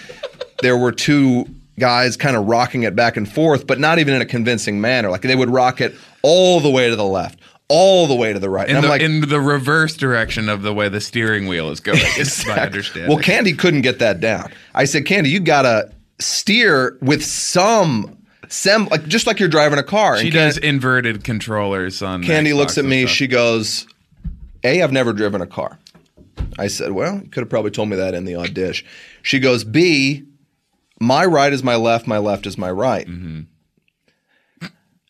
there were two guys kind of rocking it back and forth, but not even in a convincing manner. Like they would rock it all the way to the left, all the way to the right.
in
and
the,
I'm like,
in the reverse direction of the way the steering wheel is going. It's my understanding.
Well, Candy couldn't get that down. I said, Candy, you gotta steer with some sem like just like you're driving a car.
she
And
does inverted controllers on. the
Candy
Xbox
looks at
and
me,
stuff.
she goes, A, I've never driven a car. I said, Well, you could have probably told me that in the audition. She goes, B, my right is my left, my left is my right.
Mm-hmm.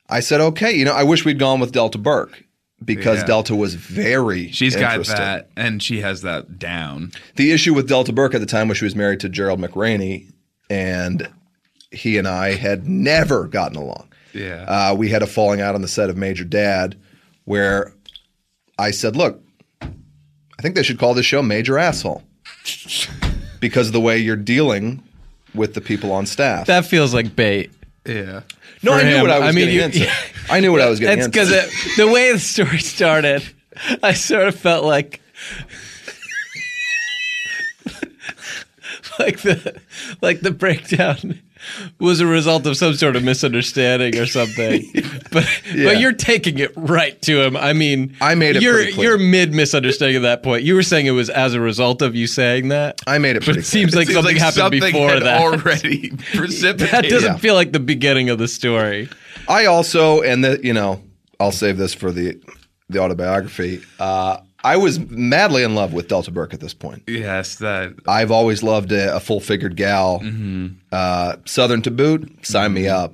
I said, Okay, you know, I wish we'd gone with Delta Burke because
Yeah.
Delta was very
She's got
interested.
that, and she has that down.
the issue with Delta Burke at the time was she was married to Gerald McRaney, and he and I had never gotten along.
Yeah.
Uh, we had a falling out on the set of Major Dad, where I said, "Look, I think they should call this show Major Asshole because of the way you're dealing with the people on staff."
That feels like bait.
yeah.
no,
for
I knew
him.
what I was
I mean,
getting
you-
into. I knew what I was getting
That's
into.
because the way the story started, I sort of felt like like the like the breakdown was a result of some sort of misunderstanding or something. But
Yeah.
but you're taking it right to him. I mean,
I made it
You're
pretty clear.
you're mid misunderstanding at that point. You were saying it was as a result of you saying that.
I made it
but
pretty
it seems
clear.
like
Seems
something
like
happened
something
before
had
that.
already
that
precipitated.
doesn't
Yeah.
feel like the beginning of the story.
I also, and the, you know, I'll save this for the the autobiography. Uh, I was madly in love with Delta Burke at this point.
yes, that
I've always loved a, a full figured gal, uh, Southern to boot. Sign me up.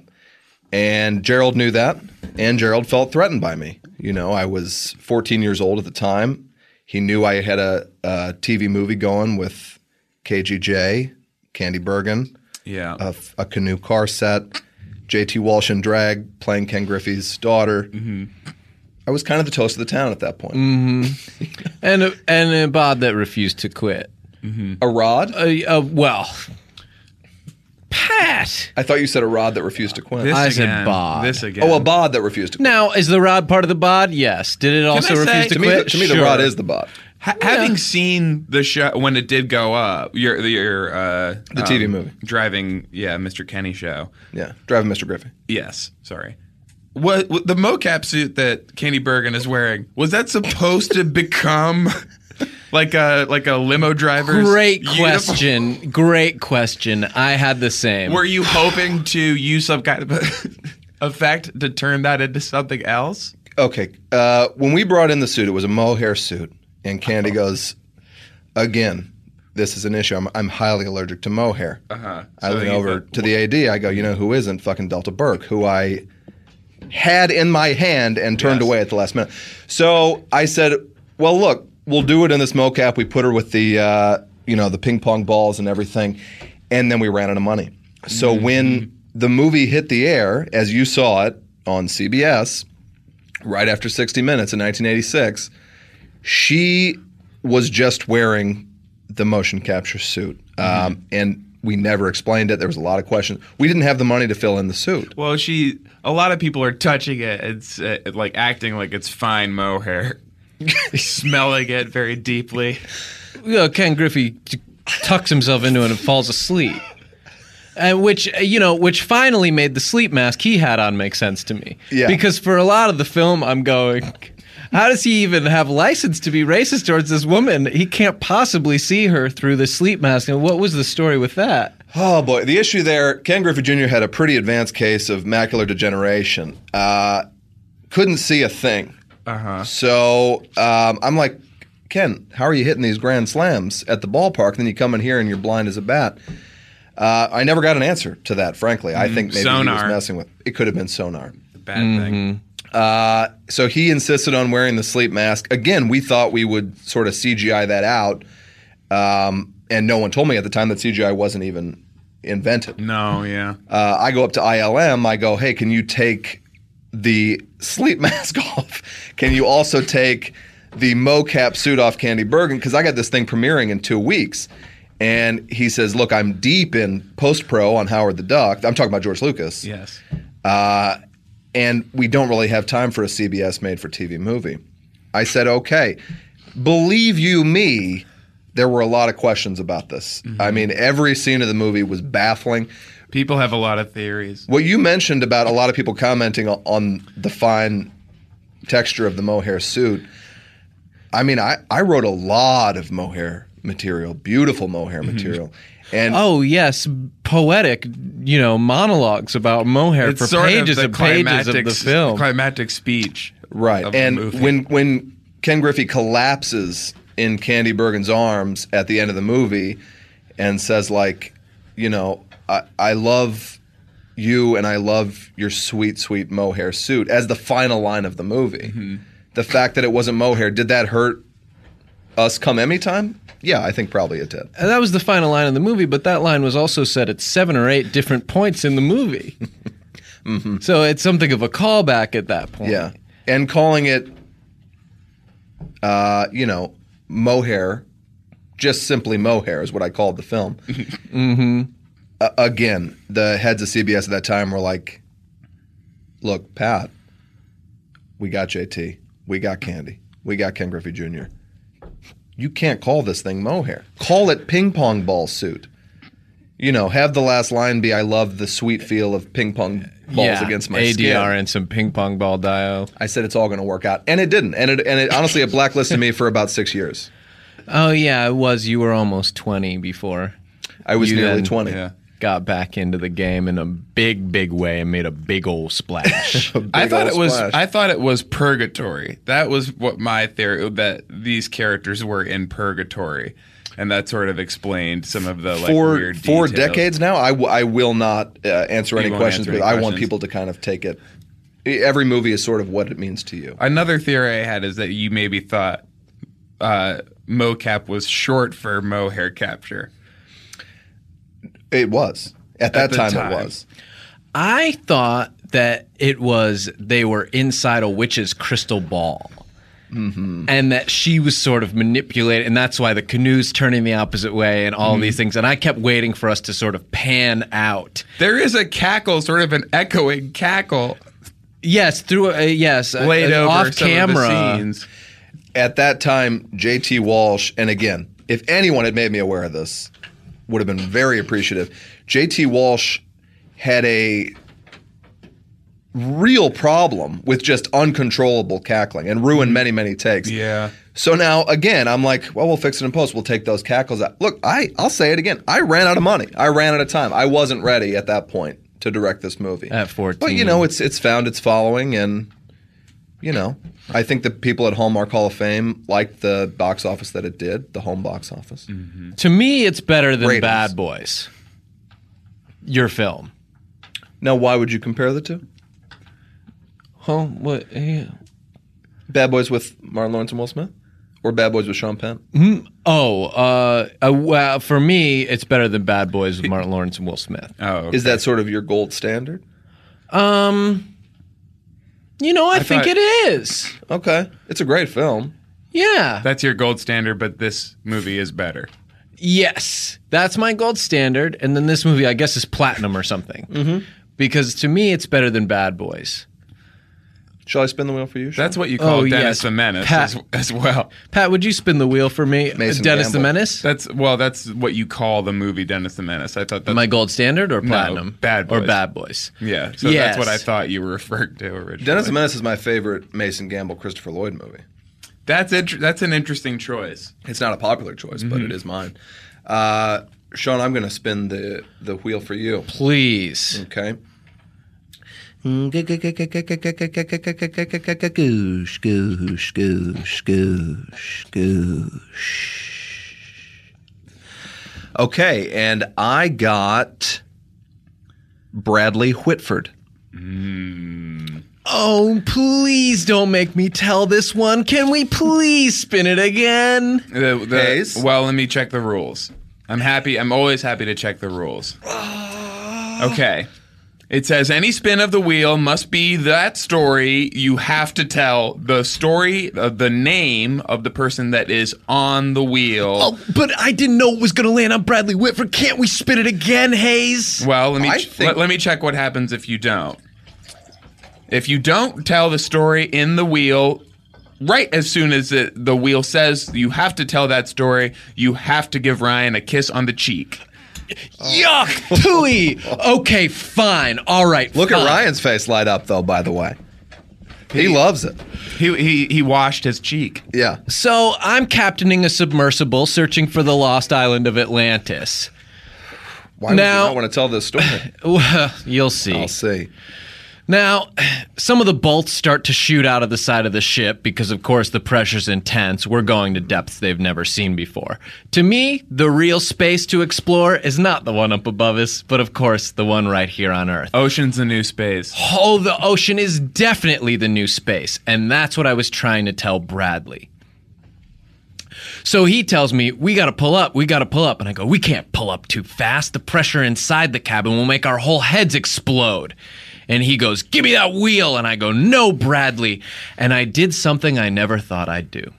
And Gerald knew that, and Gerald felt threatened by me. You know, I was 14 years old at the time. He knew I had a, a TV movie going with KGJ, Candy Bergen,
yeah.
Uh,
a, a canoe car set, JT Walsh in drag playing Ken Griffey's daughter.
Mm-hmm.
I was kind of the toast of the town at that point.
Mm. And a, and a bod that refused to quit.
A rod?
Uh, uh, well, Pat.
I thought you said a rod that refused to quit.
this
I said
again,
bod.
This again.
oh, a bod that refused to quit.
Now, is the rod part of the bod? Yes. Did it also
I say-
refuse to,
to me,
quit?
the, to me the
Sure.
rod is the bod.
Ha- having seen the show when it did go up, your your uh,
Um,
The TV movie.
driving, yeah, Mr. Kenny show.
Yeah, driving Mr. Griffey.
Yes, sorry. what, what the mocap suit that Candy Bergen is wearing was that supposed to become like a like a limo driver's
Great
uniform?
question. Great question. I had the same.
Were you hoping to use some kind of effect to turn that into something else?
Okay. Uh, when we brought in the suit, it was a mohair suit, and Candy
Uh-huh.
goes, "Again, this is an issue. I'm, I'm highly allergic to mohair." Uh-huh. I
So
went
you-
over to the AD. I go, "You know who isn't? Fucking Delta Burke, who I had in my hand and turned away at the last minute." So I said, "Well, look, we'll do it in this mocap. We put her with the, uh, you know, the ping pong balls and everything, and then we ran out of money. So when
Mm-hmm.
the movie hit the air, as you saw it on CBS." right after 60 Minutes in 1986, she was just wearing the motion capture suit. Um, and we never explained it. There was a lot of questions. We didn't have the money to fill in the suit.
Well, she. A lot of people are touching it. It's uh, like acting like it's fine mohair, smelling it very deeply.
uh, Ken Griffey t- tucks himself into it and falls asleep. And which uh, you know, which finally made the sleep mask he had on make sense to me.
Yeah.
Because for a lot of the film, I'm going, how does he even have license to be racist towards this woman? He can't possibly see her through the sleep mask. And what was the story with that?
Oh, boy. The issue there Ken Griffey Jr. had a pretty advanced case of macular degeneration. Uh, couldn't see a thing. Uh-huh. So um, I'm like, Ken, how are you hitting these grand slams at the ballpark? Then you come in here and you're blind as a bat. Uh, I never got an answer to that, frankly. I think maybe he
sonar.
was messing with. It could have been sonar.
Bad
Mm-hmm.
thing.
So he insisted on wearing the sleep mask. Again, we thought we would sort of CGI that out, um, and no one told me at the time that CGI wasn't even invented.
No, yeah.
uh, I go up to ILM. I go, hey, can you take the sleep mask off? Can you also take the mocap suit off Candy Bergen? Because I got this thing premiering in two weeks. And he says, look, I'm deep in post pro on Howard the Duck. I'm talking about George Lucas.
yes.
Uh, and we don't really have time for a CBS made for TV movie. I said, okay. Believe you me, there were a lot of questions about this. I mean, every scene of the movie was baffling.
People have a lot of theories.
What you mentioned about a lot of people commenting o- on the fine texture of the mohair suit. I mean, I, I wrote a lot of mohair material, beautiful mohair material. And
Oh yes, poetic, you know, monologues about mohair for pages and pages of the
s-
film.
climactic speech.
right.
of the
And
movie.
when when Ken Griffey collapses in Candy Bergen's arms at the end of the movie and says like, you know, I, I love you and I love your sweet, sweet mohair suit as the final line of the movie.
Mm-hmm.
The fact that it wasn't mohair, did that hurt us come Emmy time? Yeah, I think probably it did.
And that was the final line of the movie, but that line was also said at seven or eight different points in the movie. So it's something of a callback at that point.
Mm-hmm. Yeah. And calling it, uh, you know, mohair, just simply mohair is what I called the film. mm-hmm. again, the heads of CBS at that time were like, look, Pat, we got JT, we got Candy, we got Ken Griffey Jr. You can't call this thing mohair. Call it ping pong ball suit. You know, have the last line be "I love the sweet feel of ping pong balls
Yeah,
against my
ADR
skin."
and some ping pong ball dial.
I said it's all going to work out, and it didn't. And it and it honestly it blacklisted me for about six years.
Oh yeah, it was. You were almost twenty before.
I was
You
nearly
then-
twenty.
Yeah.
Got back into the game in a big, big way and made a big old splash.
I thought
old
it was.
splash.
I thought it was purgatory. That was what my theory that these characters were in purgatory, and that sort of explained some of the like
For
weird
for
details.
decades now, I, w- I will not uh, answer any
won't
questions,
answer any
but I want
questions.
people to kind of take it. E, Every movie is sort of what it means to you.
Another theory I had is that you maybe thought uh, mocap was short for mohair capture.
It was at that
the
time,
time.
It was.
I thought that it was they were inside a witch's crystal ball.
Mm-hmm.
And that she was sort of manipulated, and that's why the canoe's turning the opposite way, and all
Mm-hmm.
these things. And I kept waiting for us to sort of pan out.
There is a cackle, sort of an echoing cackle,
Yes, through a, yes, a-
laid
a-
over
off
some
camera.
of the scenes.
At that time, J.T. Walsh, and again, if anyone had made me aware of this, would have been very appreciative. J.T. Walsh had a real problem with just uncontrollable cackling and ruin many, many takes.
Yeah.
So now again, I'm like, well, we'll fix it in post. We'll take those cackles out. Look, I I'll say it again. I ran out of money. I ran out of time. I wasn't ready at that point to direct this movie.
At 14.
But you know, it's it's found its following and you know, I think the people at Hallmark Hall of Fame liked the box office that it did, the home box office.
Mm.
To me, it's better than
Ratings.
Bad Boys. Your film.
Now, why would you compare the two?
Oh, what? yeah.
Bad Boys with Martin Lawrence and Will Smith, or Bad Boys with Sean Penn?
Oh, uh, uh, well, for me, it's better than Bad Boys with Martin Lawrence and Will Smith.
Oh, okay.
Is that sort of your gold standard?
You know, I, think
thought-
it is.
Okay, it's a great film.
Yeah.
that's your gold standard, but this movie is better.
Yes, that's my gold standard. And then this movie, I guess, is platinum or something. Mm-hmm. Because to me, it's better than Bad Boys.
Shall I spin the wheel for you? Sean?
That's what you call
Oh,
Dennis
yes.
the Menace
Pat-
as, as well.
Pat, would you spin the wheel for me, Uh,
Mason
Dennis the
Gamble.
Menace?
That's well, that's what you call the movie Dennis the Menace. I thought that's
my gold standard or platinum?
Bad
Or
Boys.
Bad Boys.
yeah. So
Yes.
that's what I thought you referred to originally.
Dennis the Menace is my favorite Mason Gamble Christopher Lloyd movie.
That's int- that's an interesting choice.
It's not a popular choice, but it is mine. Uh, Sean, I'm going to spin the the wheel for you.
Please.
Okay. Okay, and I got Bradley Whitford.
Oh, please don't make me tell this one. Can we please spin it again?
The- the-
Hayes?
well, let me check the rules. I'm happy. I'm always happy to check the rules. Okay. It says any spin of the wheel must be that story. You have to tell the story, uh, the name of the person that is on the wheel.
Oh, but I didn't know it was going to land on Bradley Whitford. Can't we spin it again, Hayes?
Well, let me
I
ch-
think-
let, let me check what happens if you don't. If you don't tell the story in the wheel, right as soon as it, the wheel says you have to tell that story, you have to give Ryan a kiss on the cheek.
Yuck, pooey. Okay, fine. All right.
Look at
fine.
Ryan's face light up, though. By the way, he loves it.
He he, he washed his cheek.
Yeah.
So I'm captaining a submersible searching for the lost island of Atlantis. Now-
Why would you not want to tell this story?
Well, You'll see.
I'll see.
Now, some of the bolts start to shoot out of the side of the ship because, of course, the pressure's intense. We're going to depths they've never seen before. To me, the real space to explore is not the one up above us, but of course, the one right here on Earth.
Ocean's the new space.
Oh, the ocean is definitely the new space. And that's what I was trying to tell Bradley. So he tells me, We got to pull up. We got to pull up. And I go, We can't pull up too fast. The pressure inside the cabin will make our whole heads explode. And he goes, Give me that wheel. And I go, No, Bradley. And I did something I never thought I'd do.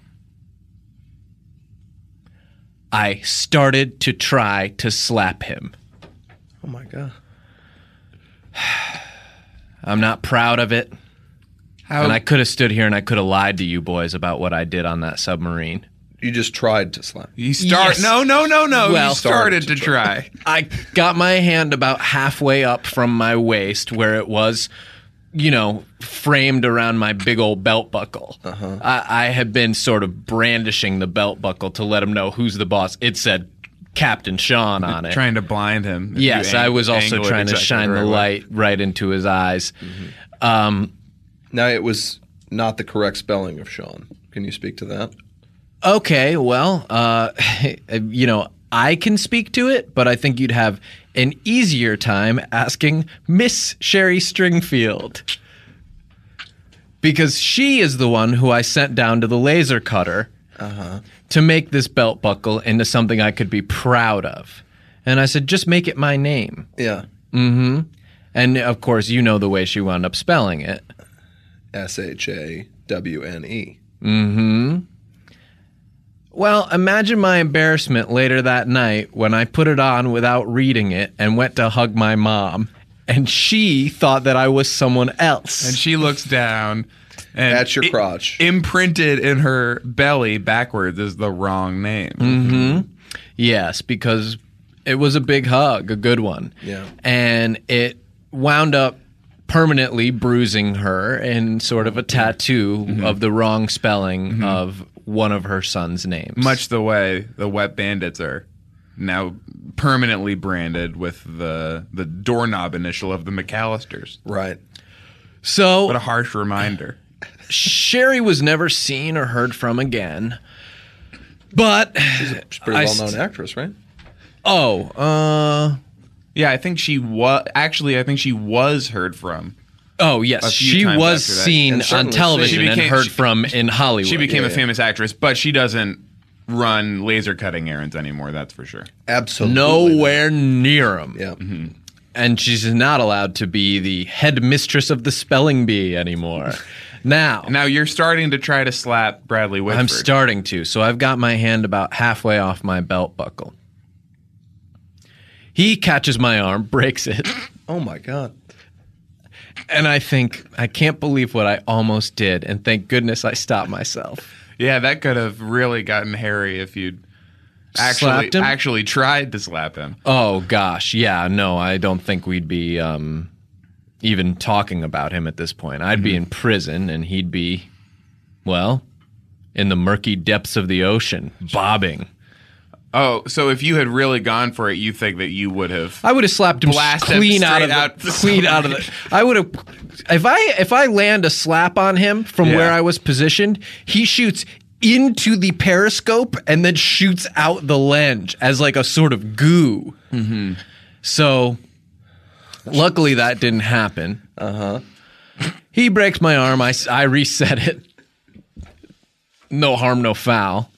I started to try to slap him.
Oh my god.
I'm not proud of it.
How
And I could have stood here and I could have lied to you boys about what I did on that submarine.
You just tried to slap.
you start?
Yes.
No no no no.
Well-
you started to try.
I got my hand about halfway up from my waist where it was, you know, framed around my big old belt buckle. I, I had been sort of brandishing the belt buckle to let him know who's the boss. It said Captain Sean on it.
trying to blind him. If
yes,
you ang-
I was also
angle it
trying to
exactly
shine
the
the
right way.
light right into his eyes.
Now it was not the correct spelling of Sean. Can you speak to that?
Okay, well, uh, you know, I can speak to it, but I think you'd have an easier time asking Miss Sherry Stringfield. Because she is the one who I sent down to the laser cutter to make this belt buckle into something I could be proud of. And I said, just make it my name.
Yeah.
And of course, you know the way she wound up spelling it.
S H A W N E.
Well, imagine my embarrassment later that night when I put it on without reading it and went to hug my mom. And she thought that I was someone else.
And she looks down. And
That's your
i-
crotch.
Imprinted in her belly backwards is the wrong name.
Mm-hmm. yes, because it was a big hug, a good one.
Yeah.
And it wound up permanently bruising her in sort of a tattoo
Mm-hmm.
of the wrong spelling of one of her son's names.
Much the way the wet bandits are now permanently branded with the the doorknob initial of the McAllisters.
Right.
so
What a harsh reminder.
Sherry was never seen or heard from again. But
She's a pretty
I
well known
st-
actress, right?
oh, uh
Yeah, I think she was actually. I think she was heard from.
oh yes,
few
she
times
was
after that.
seen
And
on
certainly
television
she
and
became-
heard
she-
from in Hollywood.
She became a famous actress, but she doesn't run laser cutting errands anymore. That's for sure.
Absolutely.
nowhere Mm-hmm. near him.
Yeah.
And she's not allowed to be the head mistress of the spelling bee anymore. Now,
Now you're starting to try to slap Bradley Whitford.
I'm starting to. So I've got my hand about halfway off my belt buckle. He catches my arm, breaks it.
Oh my God.
And I think, I can't believe what I almost did. And thank goodness I stopped myself.
Yeah, that could have really gotten hairy if you'd actually
Slapped him?
actually tried to slap him.
Oh, gosh. Yeah, no, I don't think we'd be um, even talking about him at this point. I'd be in prison and he'd be, well, in the murky depths of the ocean, bobbing.
Oh, so if you had really gone for it, you think that you would have?
I would have slapped him
Blast him
clean out of
straight
the,
out the
clean out of the. I would have if I if I land a slap on him from
Yeah.
where I was positioned, he shoots into the periscope and then shoots out the lens as like a sort of goo.
Mm-hmm.
So, luckily that didn't happen. Uh huh.
Uh-huh.
He breaks my arm. I s- I reset it. No harm, no foul.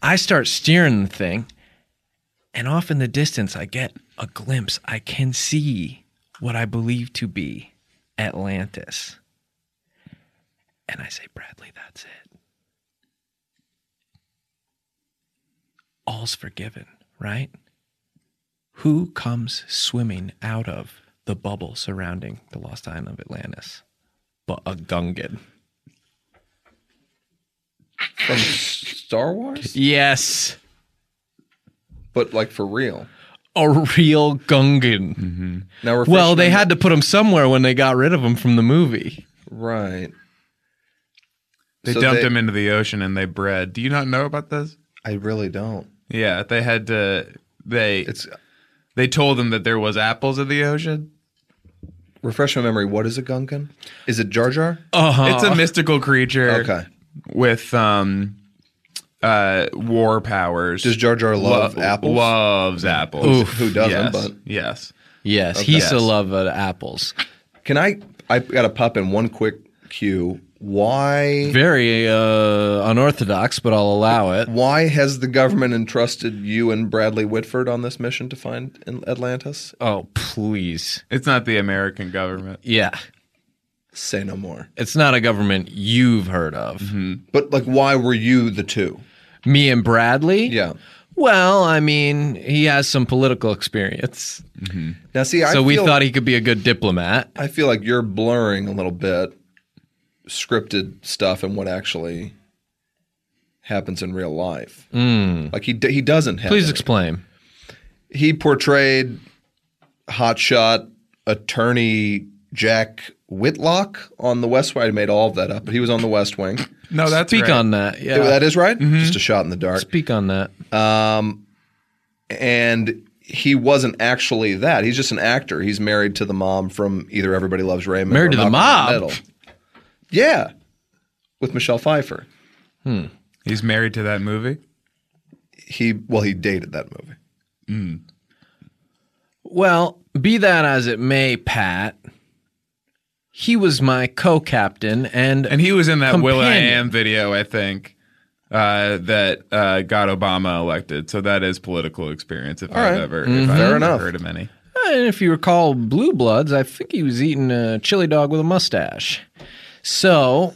I start steering the thing. And off in the distance, I get a glimpse. I can see what I believe to be Atlantis. And I say, Bradley, that's it. All's forgiven, right? Who comes swimming out of the bubble surrounding the lost island of Atlantis? But a Gungan.
From Star Wars?
Yes,
But like for real.
a real Gungan.
Now we're
Well,
fishing
they
in
had to put him somewhere when they got rid of him from the movie.
the- Right.
They
So
dumped
they-
him into the ocean and they bred. Do you not know about this?
I really don't.
Yeah, they had to. They
It's
they told him that there was apples in the ocean.
refresh my memory. What is a gunkin? Is it Jar Jar?
Uh,
It's a mystical creature.
Okay.
With um, uh, war powers.
Does Jar Jar love
Lo-
apples?
Loves apples.
Who doesn't?
Yes.
But
yes.
Yes, he's
Yes.
a lover of uh, apples.
can I? I got to pop in one quick cue. Why?
Very uh, unorthodox, but I'll allow it.
Why has the government entrusted you and Bradley Whitford on this mission to find in- Atlantis?
Oh, please.
It's not the American government.
Yeah.
Say no more.
It's not a government you've heard of.
But like, why were you the two?
Me and Bradley?
Yeah.
Well, I mean, he has some political experience.
Now, see, I
so we
feel-
thought he could be a good diplomat.
I feel like you're blurring a little bit scripted stuff and what actually happens in real life. Like he d- he doesn't have.
Hmm. Please
any.
explain.
He portrayed hotshot attorney Jack Whitlock on the West Wing. I made all of that up, but he was on the West Wing.
No, that's
Speak
right.
on that. Yeah. Mm-hmm.
That is right. Just a shot in the dark.
Speak on that.
and he wasn't actually that. He's just an actor. He's married to the mom from either Everybody Loves Raymond.
Married
or
to the
Malcolm in
mob?
Middle. Yeah, with Michelle Pfeiffer.
He's married to that movie.
He well, he dated that movie.
Well, be that as it may, Pat, he was my co captain and,
And he was in that Will I
Companion.
Am video, I think, uh, that uh, got Obama elected. So that is political experience, if I've
right. Mm-hmm.
ever, if I've
Fair
ever
enough.
heard of any.
And if you recall Blue Bloods, I think he was eating a chili dog with a mustache. So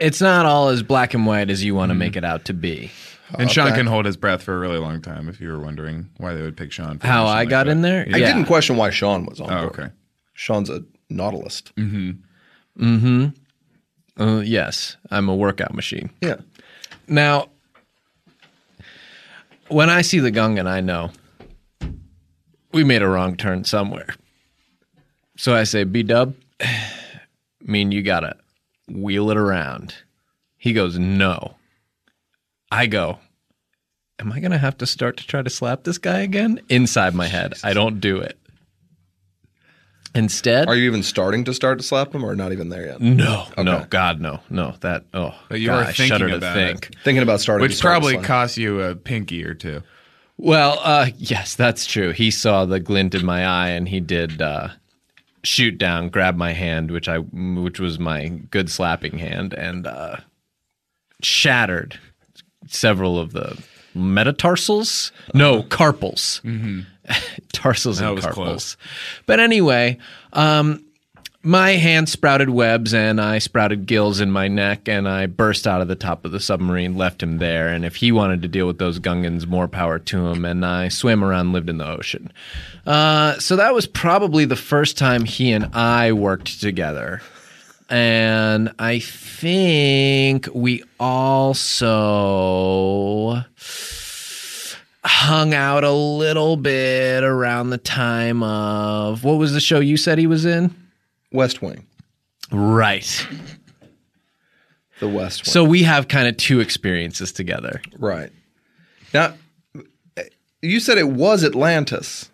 it's not all as black and white as you want to
Mm-hmm.
make it out to be.
And Sean can hold his breath for a really long time if you were wondering why they would pick Sean. for
How
something
I
like
got
that.
in there?
I didn't question why Sean was on.
Oh,
board.
okay.
Sean's a nautilist.
Mm. Uh, yes, I'm a workout machine.
Yeah,
Now, when I see the Gungan, I know we made a wrong turn somewhere. So I say, B Dub, I mean, you gotta wheel it around. He goes, No. I go, Am I gonna have to start to try to slap this guy again? Inside my head, I don't do it. Instead,
Are you even starting to start to slap him or not even there yet?
no, no, God, no, no. That, oh,
But you
God,
were
I
thinking
shudder to
about
think.
it.
Thinking about starting to
Which
start to
probably
slap.
cost you a pinky or two.
Well, uh, yes, that's true. He saw the glint in my eye, and he did uh, shoot down, grab my hand, which I, which was my good slapping hand, and uh, shattered several of the metatarsals. No, carpals, tarsals
Uh-huh. Mm-hmm. That
and
was
carpals.
close.
But anyway, um, my hand sprouted webs and I sprouted gills in my neck and I burst out of the top of the submarine, left him there. And if he wanted to deal with those Gungans, more power to him. And I swam around, lived in the ocean. Uh, so that was probably the first time he and I worked together. And I think we also hung out a little bit around the time of what was the show you said he was in?
West Wing.
Right.
The West Wing.
So we have kind of two experiences together.
right. Now, you said it was Atlantis.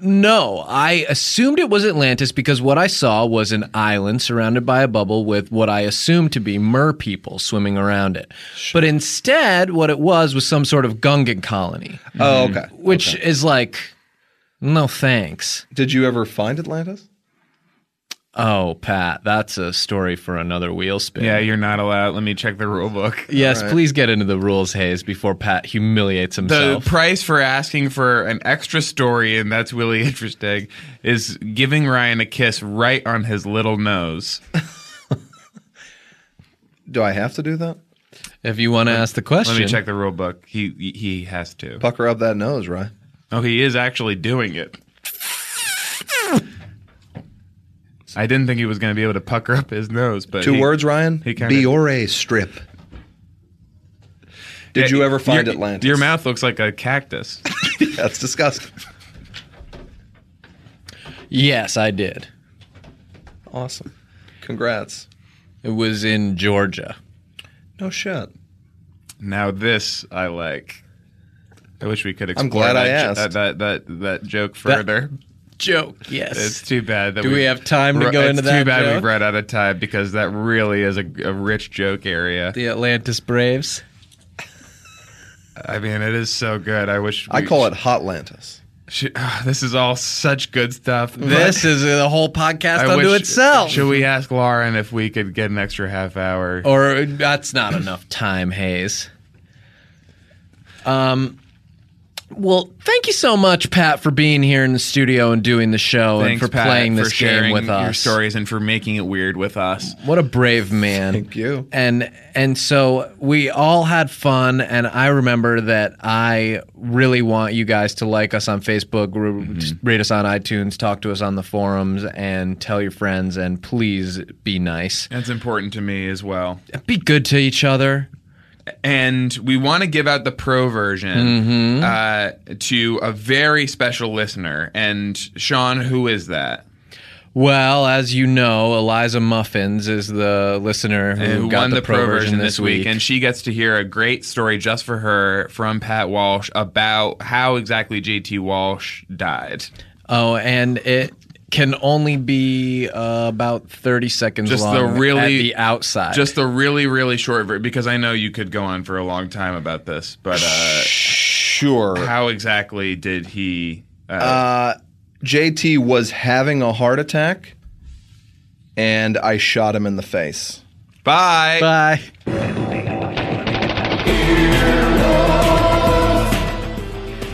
No, I assumed it was Atlantis because what I saw was an island surrounded by a bubble with what I assumed to be mer people swimming around it. But instead, what it was was some sort of Gungan colony,
Mm-hmm.
Oh, okay.
which is like, no thanks.
Did you ever find Atlantis?
Oh, Pat, that's a story for another wheel spin.
Yeah, you're not allowed. Let me check the rule book.
Yes, please get into the rules, Hayes, before Pat humiliates
The
himself.
price for asking for an extra story, and that's really interesting, is giving Ryan a kiss right on his little nose.
Do I have to do that?
if you want to ask the
Let
question,
me check the rule book. He he- he has to.
Pucker up that nose, right?
Oh, he is actually doing it. I didn't think he was going to be able to pucker up his nose, but
Two
he-
words, Ryan.
he kinda-
Biore strip. Did you ever find
your,
Atlantis?
Your mouth looks like a cactus.
That's disgusting.
yes, I did.
Awesome. Congrats.
It was in Georgia.
No shit.
now this I like. I wish we could explore
glad
that,
I
jo-
asked.
that, that that that joke further.
Joke, yes.
It's too bad that
Do we have time to
Ru-
go
it's
into
too
that
bad
joke?
we've run out of time because that really is a, a rich joke area.
the Atlantis Braves.
I mean, it is so good. I wish
I
we-
call it Hotlantis.
sh- ah, this is all such good stuff.
This is a whole podcast
I
unto
wish-
itself.
Should we ask Lauren if we could get an extra half hour?
or that's not enough time, Hayes. Um, well, thank you so much, Pat, for being here in the studio and doing the show
Thanks,
and for
Pat,
playing this
for
game
sharing
with us.
Your stories and for making it weird with us.
What a brave man.
Thank you.
And and so we all had fun and I remember that I really want you guys to like us on Facebook, re-
Mm-hmm.
rate us on iTunes, talk to us on the forums and tell your friends and please be nice.
That's important to me as well.
Be good to each other.
and we want to give out the pro
Mm-hmm.
version uh, to a very special listener. And Sean, who is that?
Well, as you know, Eliza Muffins is the listener who,
Who
got
won
the, pro, version,
this week? And she gets to hear a great story just for her from Pat Walsh about how exactly JT Walsh died.
oh, and it can only be uh, about 30 seconds
Just the
long at
really-
the outside.
Just a really, really short version, because I know you could go on for a long time about this, but uh,
Sure.
how exactly did he. Uh,
JT was having a heart attack, and I shot him in the face.
bye.
Bye.